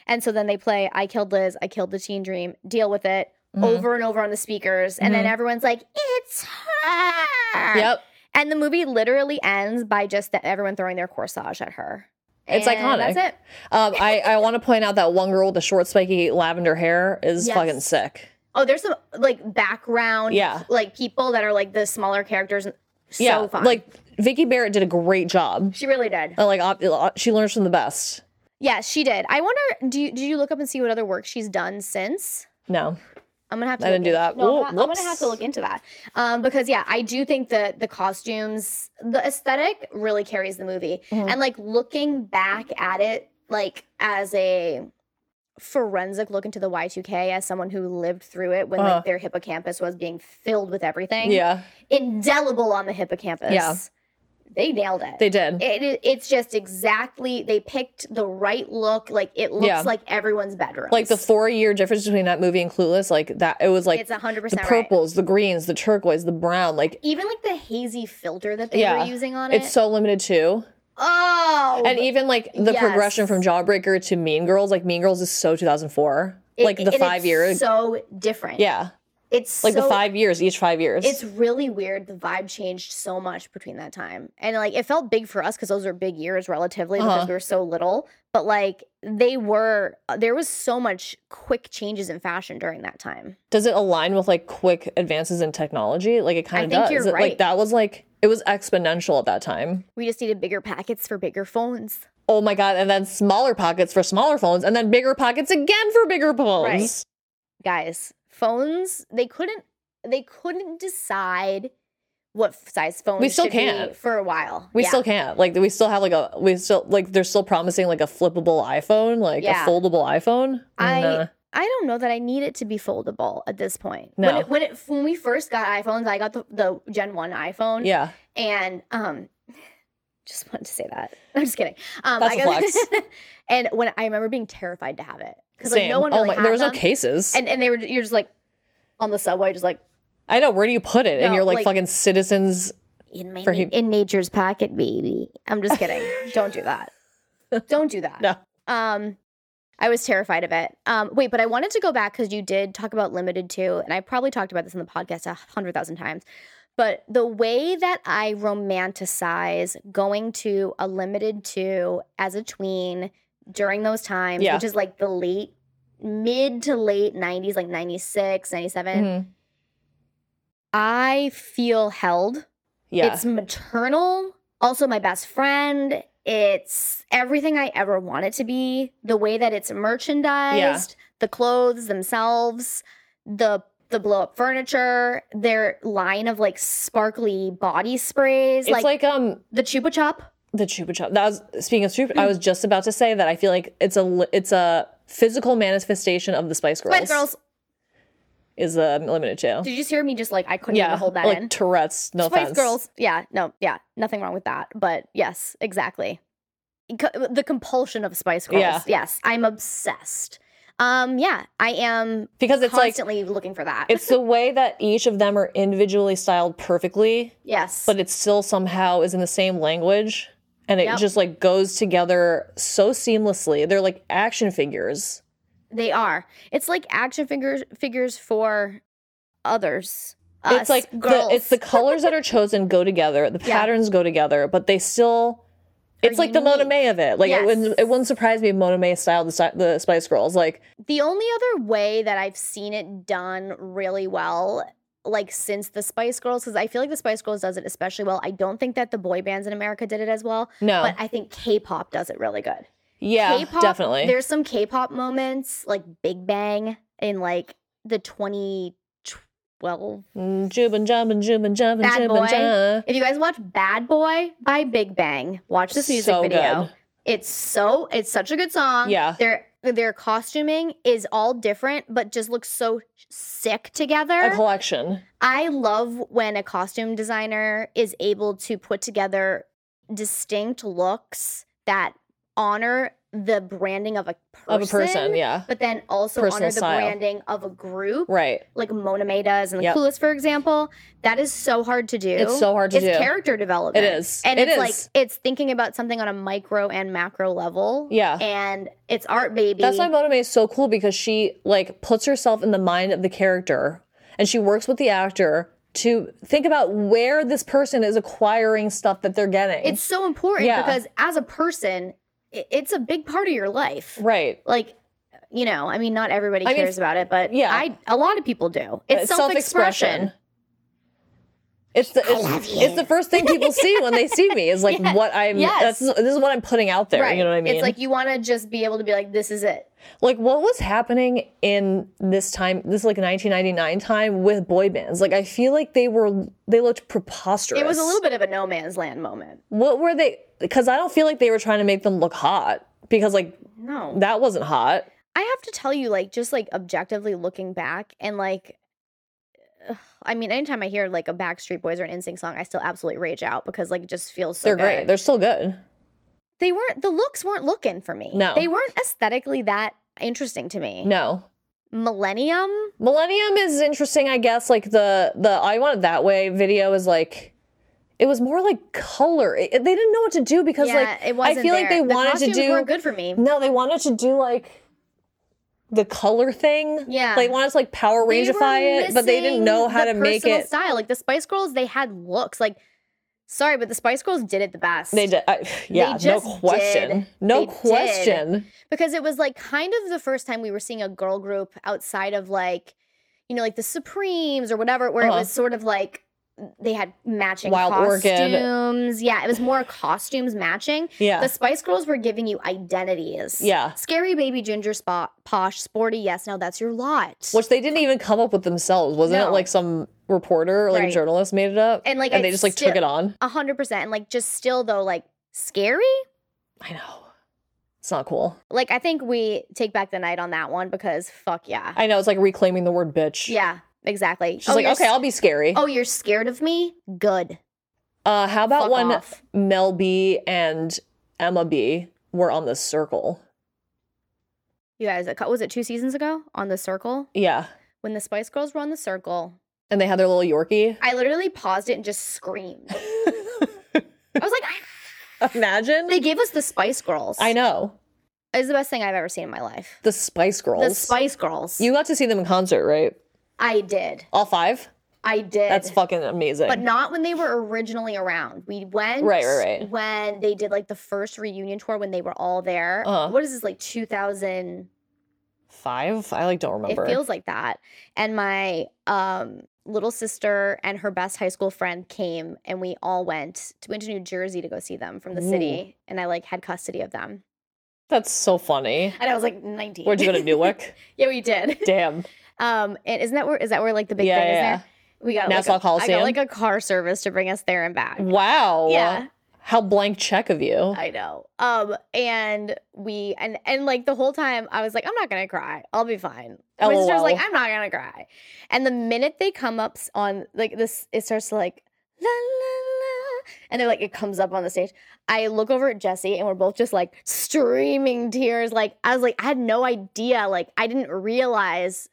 And so then they play I Killed Liz, I Killed the Teen Dream, Deal with It
Mhm.
over and over on the speakers. And then everyone's like, It's her.
Mm-hmm. Yep.
And the movie literally ends by just that everyone throwing their corsage at her.
It's
And
iconic.
That's it.
Um, I, I want to point out that one girl with the short, spiky lavender hair is
Yes.
fucking sick.
Oh, there's some like background,
Yeah.
like people that are like the smaller characters. So
yeah,
fun.
like Vicky Barrett did a great job.
she really did.
And, like op- op- she learns from the best.
Yeah, she did. I wonder. Do you, did you look up and see what other work she's done since?
No,
I'm gonna have to.
I
look
didn't do
in-
that.
No,
Ooh,
I'm, gonna, I'm
whoops.
gonna have to look into that um, because yeah, I do think that the costumes, the aesthetic, really carries the movie.
Mm-hmm.
And like looking back at it, like as a forensic look into the Y2K, as someone who lived through it when
Uh-huh.
like their hippocampus was being filled with everything,
yeah,
indelible on the hippocampus.
Yeah.
they nailed it.
they did.
It, it- it's just exactly they picked the right look. Like it looks
Yeah.
like everyone's bedroom.
Like the four year difference between that movie and Clueless, like that, it was like
it's hundred
the
percent right.
purples, the greens, the turquoise, the brown. Like
even like the hazy filter that they
Yeah.
were using on it.
it's so limited too.
oh,
And even like the progression
yes.
from Jawbreaker to Mean Girls, like Mean Girls is so 2004.
It-
like the
and
five
it's
year,
so different.
yeah,
it's
like
so,
the five years, each five years.
It's really weird. The vibe changed so much between that time, and like it felt big for us because those were big years relatively
Uh-huh.
because we were so little. But like they were, uh, there was so much quick changes in fashion during that time.
does it align with like quick advances in technology? Like it kind
I
of
think
does.
you're
It- Like
right.
that was like it was exponential at that time.
We just needed bigger packets for bigger phones.
Oh my god! And then smaller pockets for smaller phones, and then bigger pockets again for bigger phones.
Right. guys phones they couldn't they couldn't decide what f- size phone
We still
should be
can't.
for a while
We
Yeah.
still can't. Like we still have like a we still like they're still promising like a flippable iPhone, like
Yeah.
a foldable iPhone. uh,
I-
Nah.
i don't know that i need it to be foldable at this point when
No.
it, when it when we first got iphones i got the, the gen 1 iphone
yeah,
and um just wanted to say that i'm just kidding um
That's
I
a flex.
and when i remember being terrified to have it because like no
Same.
one really
oh my,
had
there was
them.
no cases.
and and they were you're just like on the subway just like
I know where do you put it? and
No,
you're like,
like-
fucking citizens.
in my
For
na-
hum-
in nature's pocket, baby. I'm just kidding. Don't do that. Don't do that.
No.
Um, I was terrified of it. Um, wait, but I wanted to go back because you did talk about limited too, and I probably talked about this in the podcast a hundred thousand times. But the way that I romanticize going to a limited two as a tween during those times,
Yeah.
which is like the late, mid to late 90s, like 96, 97,
Mhm.
I feel held.
Yeah,
It's maternal, also my best friend. It's everything I ever want it to be. The way that it's merchandised, the clothes themselves, the the blow up furniture, their line of like sparkly body sprays,
It's like,
like,
um
the Chupa Chop.
the Chupa Chup. That was speaking of Chupa. I was just about to say that I feel like it's a li- it's a physical manifestation of the Spice Girls.
Spice Girls.
is a limited jail.
Did you just hear me? Just like I couldn't even hold that
like
in.
Tourette's. No
Spice
offense.
Girls. Yeah, no, yeah, nothing wrong with that. But yes, exactly. Co- The compulsion of Spice Girls.
Yeah.
Yes, I'm obsessed. Um, yeah, I am
because it's like
constantly looking for that.
it's the way that each of them are individually styled perfectly,
yes,
but it still somehow is in the same language, and it
Yep.
just like goes together so seamlessly. They're like action figures.
they are. It's like action figures figures for others. Us,
it's like the,
girls.
it's the colors that are chosen go together, the
Yeah.
patterns go together, but they still. It's like the Mona
unique.
May of it. Like
Yes.
it wouldn't it wouldn't surprise me if Mona May styled the, Spi- the Spice Girls. Like
The only other way that I've seen it done really well, like since the Spice Girls, because I feel like the Spice Girls does it especially well. I don't think that the boy bands in America did it as well,
no,
but I think K-pop does it really good.
Oh. yeah,
K-pop,
definitely.
There's some K-pop moments like Big Bang in like the 2012.
Mm, Jumpin', jumpin', jumpin', jumpin',
Bad
jumpin',
boy.
jump.
If you guys watch Bad Boy by Big Bang, watch this music
So
video.
good.
It's so it's such a good song.
Yeah.
Their their costuming is all different, but just looks so sick together.
A collection.
I love when a costume designer is able to put together distinct looks that honor the branding of a person,
Of a person, yeah.
but then also
Personal
honor the
style.
branding of a group,
Right.
like Mona May does and the
Yep.
Clueless, for example. That is so hard to do.
It's so hard to
it's
do.
character development.
It is.
and
It
it's
is.
like it's thinking about something on a micro and macro level.
Yeah.
and it's art, baby.
That's why Mona May is so cool because she like puts herself in the mind of the character and she works with the actor to think about where this person is acquiring stuff that they're getting.
it's so important
Yeah.
because as a person, i- it's a big part of your life.
right.
like you know i mean not everybody
I mean,
cares about it but
yeah.
yeah i a lot of people do it's, self-expression,
It's the, it's, it's the first thing people see when they see me is like
Yes.
what I'm
Yes.
that's this is what I'm putting out there.
right
You know what I mean?
it's like you want to just be able to be like this is it
like what was happening in this time this like 1999 time with boy bands like i feel like they were they looked preposterous
it was a little bit of a no man's land moment
what were they because i don't feel like they were trying to make them look hot because like
no
that wasn't hot
i have to tell you like just like objectively looking back and like ugh, I mean, anytime I hear like a Backstreet Boys or an NSYNC song, I still absolutely rage out because like it just feels so
they're
good.
great they're still good
They weren't the looks weren't looking for me.
No.
they weren't aesthetically that interesting to me.
no
Millennium,
millennium is interesting i guess like the the i want it that way video is like it was more like color It- it- they didn't know what to do because
yeah,
like
it wasn't.
i feel like they
there. The
wanted to
costumes
do
weren't good for me.
No, they wanted to do like the color thing.
Yeah.
They wanted to like Power
They were
Rangeify it, but they
missing
didn't know how
the
to make
personal
it.
style. Like the Spice Girls, they had looks. Like, sorry, but the Spice Girls did it the best.
They did. I, yeah, no
just
question.
did.
No
They did.
question.
because it was like kind of the first time we were seeing a girl group outside of like, you know, like the Supremes or whatever, where
Uh-huh.
it was sort of like they had matching
Wild Orchid.
costumes. Yeah, it was more costumes matching.
Yeah.
The Spice Girls were giving you identities.
Yeah.
Scary Baby Ginger Spot, Posh, Sporty, Yes, Now That's Your Lot.
Which they didn't even come up with themselves. Wasn't it
No.
like some reporter or like a
Right.
journalist made it up?
And, like,
and
I
they just like took
still-
it on.
A hundred percent. And like just still though, like scary.
I know. It's not cool.
Like I think we take back the night on that one because fuck yeah.
I know. It's like reclaiming the word bitch.
yeah, exactly. Oh,
She's like,
you're
okay,
s-
I'll be scary.
Oh, you're scared of me? Good.
uh, how about
fuck
when
off.
Mel B and Emma B were on the circle?
You guys, a cou- was it two seasons ago on the circle?
Yeah.
When the Spice Girls were on the circle,
And they had their little Yorkie.
I literally paused it and just screamed. I was like, "Ah."
Imagine.
they gave us the Spice Girls.
I know.
It's the best thing I've ever seen in my life.
The Spice Girls.
The Spice Girls.
you got to see them in concert, right?
I did.
All five?
I did.
That's fucking amazing.
but not when they were originally around. We went
Right, right, right.
when they did like the first reunion tour when they were all there.
Uh-huh.
What is this like 2000?
five? I like don't remember.
It feels like that. And my um little sister and her best high school friend came and we all went to went to New Jersey to go see them from the city and I like had custody of them.
That's so funny.
And I was like 19.
Where'd you go to Newark?
yeah, we did.
Damn.
Um, and isn't that where is that where like the big
Yeah,
thing is
yeah.
there? We got
Nassau
like a, I
Coliseum?
got like a car service to bring us there and back.
Wow.
Yeah.
How blank check of you.
I know. Um, and we and and like the whole time I was like, I'm not gonna cry. I'll be fine. My sister was like,
LOL.
I'm not gonna cry. And the minute they come up s- on like this, it starts to like la la la, and they're like, it comes up on the stage. I look over at Jesse, and we're both just like streaming tears. Like I was like, I had no idea. Like I didn't realize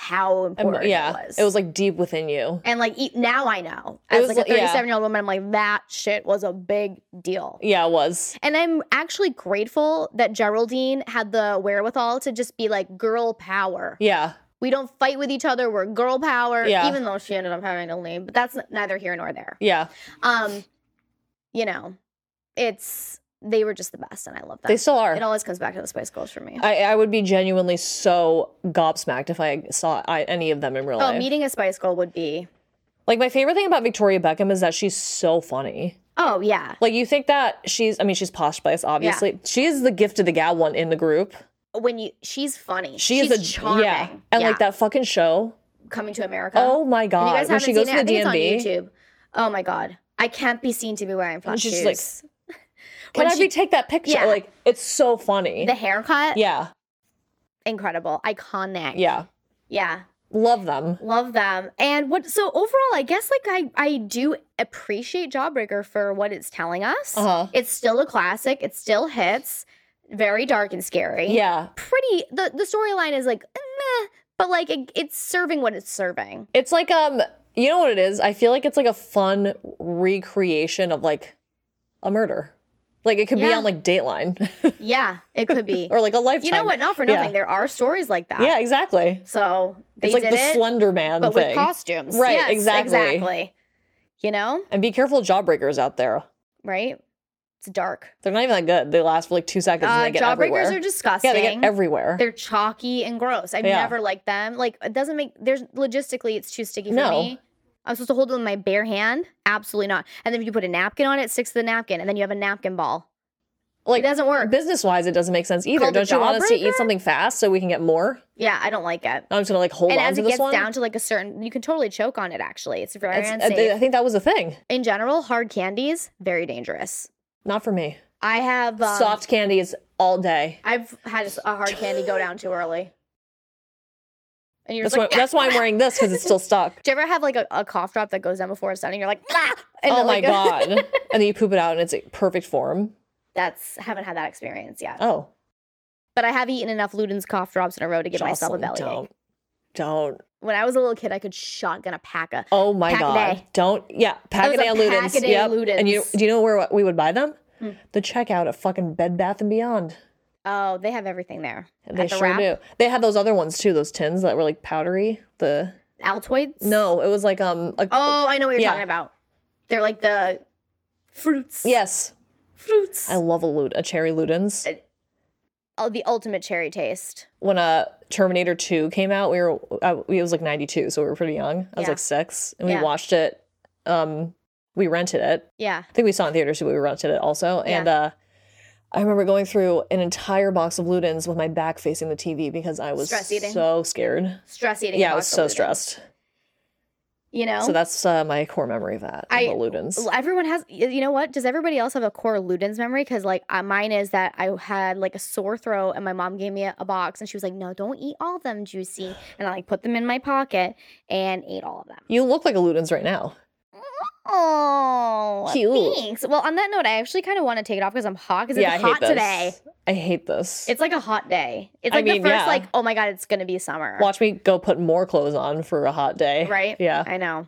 how
Um,
important
yeah.
it was.
like deep within you.
And like e- now I know,
It
as
was
like a
like- yeah.
37 year old woman, I'm like that shit was a big deal.
Yeah, it was.
And I'm actually grateful that Geraldine had the wherewithal to just be like girl power.
Yeah.
We don't fight with each other. We're girl power.
Yeah.
Even though she ended up having to leave, but that's neither here nor there.
Yeah.
Um, you know, it's they were just the best, and I love them.
They still are.
it always comes back to the Spice Girls for me.
I, I would be genuinely so gobsmacked if I saw I, any of them in real
oh,
life.
meeting a Spice Girl would be.
like my favorite thing about Victoria Beckham is that she's so funny.
Oh yeah,
Like you think that she's I mean she's posh spice obviously. She is the gift of the gal one in the group.
when you she's funny.
She
she's
is a
charming.
yeah. And like that fucking show.
coming to America.
Oh my
If
god.
you guys
when
haven't
she goes
seen
to
it,
the
I think
DMV.
it's on YouTube. Oh my god, I can't be seen to be wearing flat
And she's
shoes.
just like, Can
when
I
she-
retake that picture?
Yeah.
Like it's so funny.
the haircut
yeah.
incredible iconic
Yeah.
yeah
Love them.
love them and what so overall i guess like i i do appreciate jawbreaker for what it's telling us
Uh-huh.
it's still a classic it still hits very dark and scary
Yeah.
pretty the the storyline is like meh, but like it, it's serving what it's serving
It's like um you know what it is? I feel like it's like a fun recreation of like a murder. Like it could be
Yeah.
on like Dateline
yeah it could be
or like a lifetime.
you know what not for
Yeah.
nothing there are stories like that
Yeah, exactly.
so they
It's like
did
the
it
Slender Man
but
thing.
with costumes
Right,
Yes,
exactly.
exactly you know
and be careful of jawbreakers out there.
right it's dark
They're not even that good. They last for like two seconds and
Uh,
they get
jawbreakers
everywhere.
are disgusting.
yeah, they get everywhere.
They're chalky and gross. I've
Yeah.
never liked them. Like it doesn't make there's logistically it's too sticky for
No.
me. I'm supposed to hold it with my bare hand? Absolutely not. And then if you put a napkin on it, it sticks to the napkin, and then you have a napkin ball.
like
It doesn't work.
business wise, it doesn't make sense either.
Called a
Don't you want us to
jawbreaker?
eat something fast so we can get more?
Yeah, I don't like it.
I'm just gonna like hold
And
on
as
to
it
this
gets
one.
down to like a certain, you can totally choke on it. Actually, it's very
It's- uh, I
unsafe.
th- I think that was a thing.
In general, hard candies very dangerous.
Not for me.
I have um,
Soft candies all day.
I've had a s- a hard candy go down too early. And you're
That's
just like,
why. That's why I'm wearing this because it's still stuck.
Do you ever have like a, a cough drop that goes down before it's done and you're like, ah! And then,
oh my
like,
god! and then you poop it out, and it's like, perfect form.
That's, haven't had that experience yet.
Oh,
But I have eaten enough Luden's cough drops in a row to give myself a
Jocelyn,
bellyache.
Don't, don't.
When I was a little kid, I could shotgun a pack of,
Oh my
Pack a
god!
day.
Don't. Yeah, pack
was
a
a
day Ludens.
pack a day Hmm.
Yep. And you
Ludens.
do you know where we would buy them? The checkout at fucking Bed Bath and Beyond.
oh, they have everything there.
They
At the
sure
wrap.
do. They had those other ones too. Those tins that were like powdery. The
Altoids?
no, it was like um. Like,
Oh, I know what you're
Yeah.
talking about. They're like the fruits.
yes,
Fruits. Uh,
I love a lute, a cherry Ludens.
oh, the ultimate cherry taste.
when uh Terminator 2 came out, we were uh, it was like 92, so we were pretty young. I was
Yeah.
like 6 and we
Yeah.
watched it um we rented it.
Yeah.
I think we saw it in theaters, but we rented it also. And uh I remember going through an entire box of Ludens with my back facing the TV because I was
Stress eating.
so scared.
Stress eating.
Yeah, I was
box of
so
Luden's.
stressed.
You know?
So that's uh, my core memory of that.
I-
I, the Ludens.
Well, Everyone has, y- you know what? Does everybody else have a core Ludens memory? Because like uh, mine is that I had like a sore throat, and my mom gave me a, a box, and she was like, "No, don't eat all of them, juicy." And I like put them in my pocket and ate all of them.
You look like a Ludens right now.
Oh,
Cute.
thanks. Well, on that note, I actually kind of want to take it off because I'm hot. Because
yeah, I
it's
hate
hot
this.
today.
I hate this.
It's like a hot day. It's
I
like
mean,
the first
yeah.
like, oh my god, it's gonna be summer.
Watch me go put more clothes on for a hot day.
Right?
Yeah.
I know.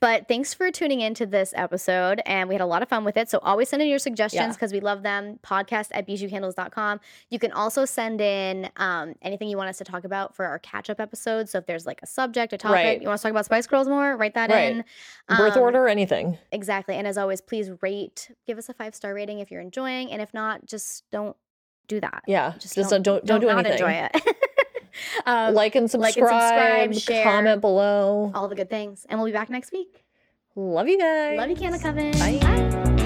But thanks for tuning into this episode. And we had a lot of fun with it. So always send in your suggestions
Yeah.
because we love them. Podcast at bijouhandles.com. You can also send in um, anything you want us to talk about for our catch up episode. So if there's like a subject, a topic,
Right.
you want us to talk about Spice Girls more, write that
Right.
in.
Birth
Um,
order, anything.
Exactly. And as always, please rate, give us a five star rating if you're enjoying. And if not, just don't do that.
Yeah, just, don't, don't don't do
not
anything.
enjoy it. um,
Like and
Like and
subscribe.
subscribe, share.
Comment below.
all the good things. And we'll be back next week.
Love you guys.
Love you, Canna Coven.
Bye.
Bye.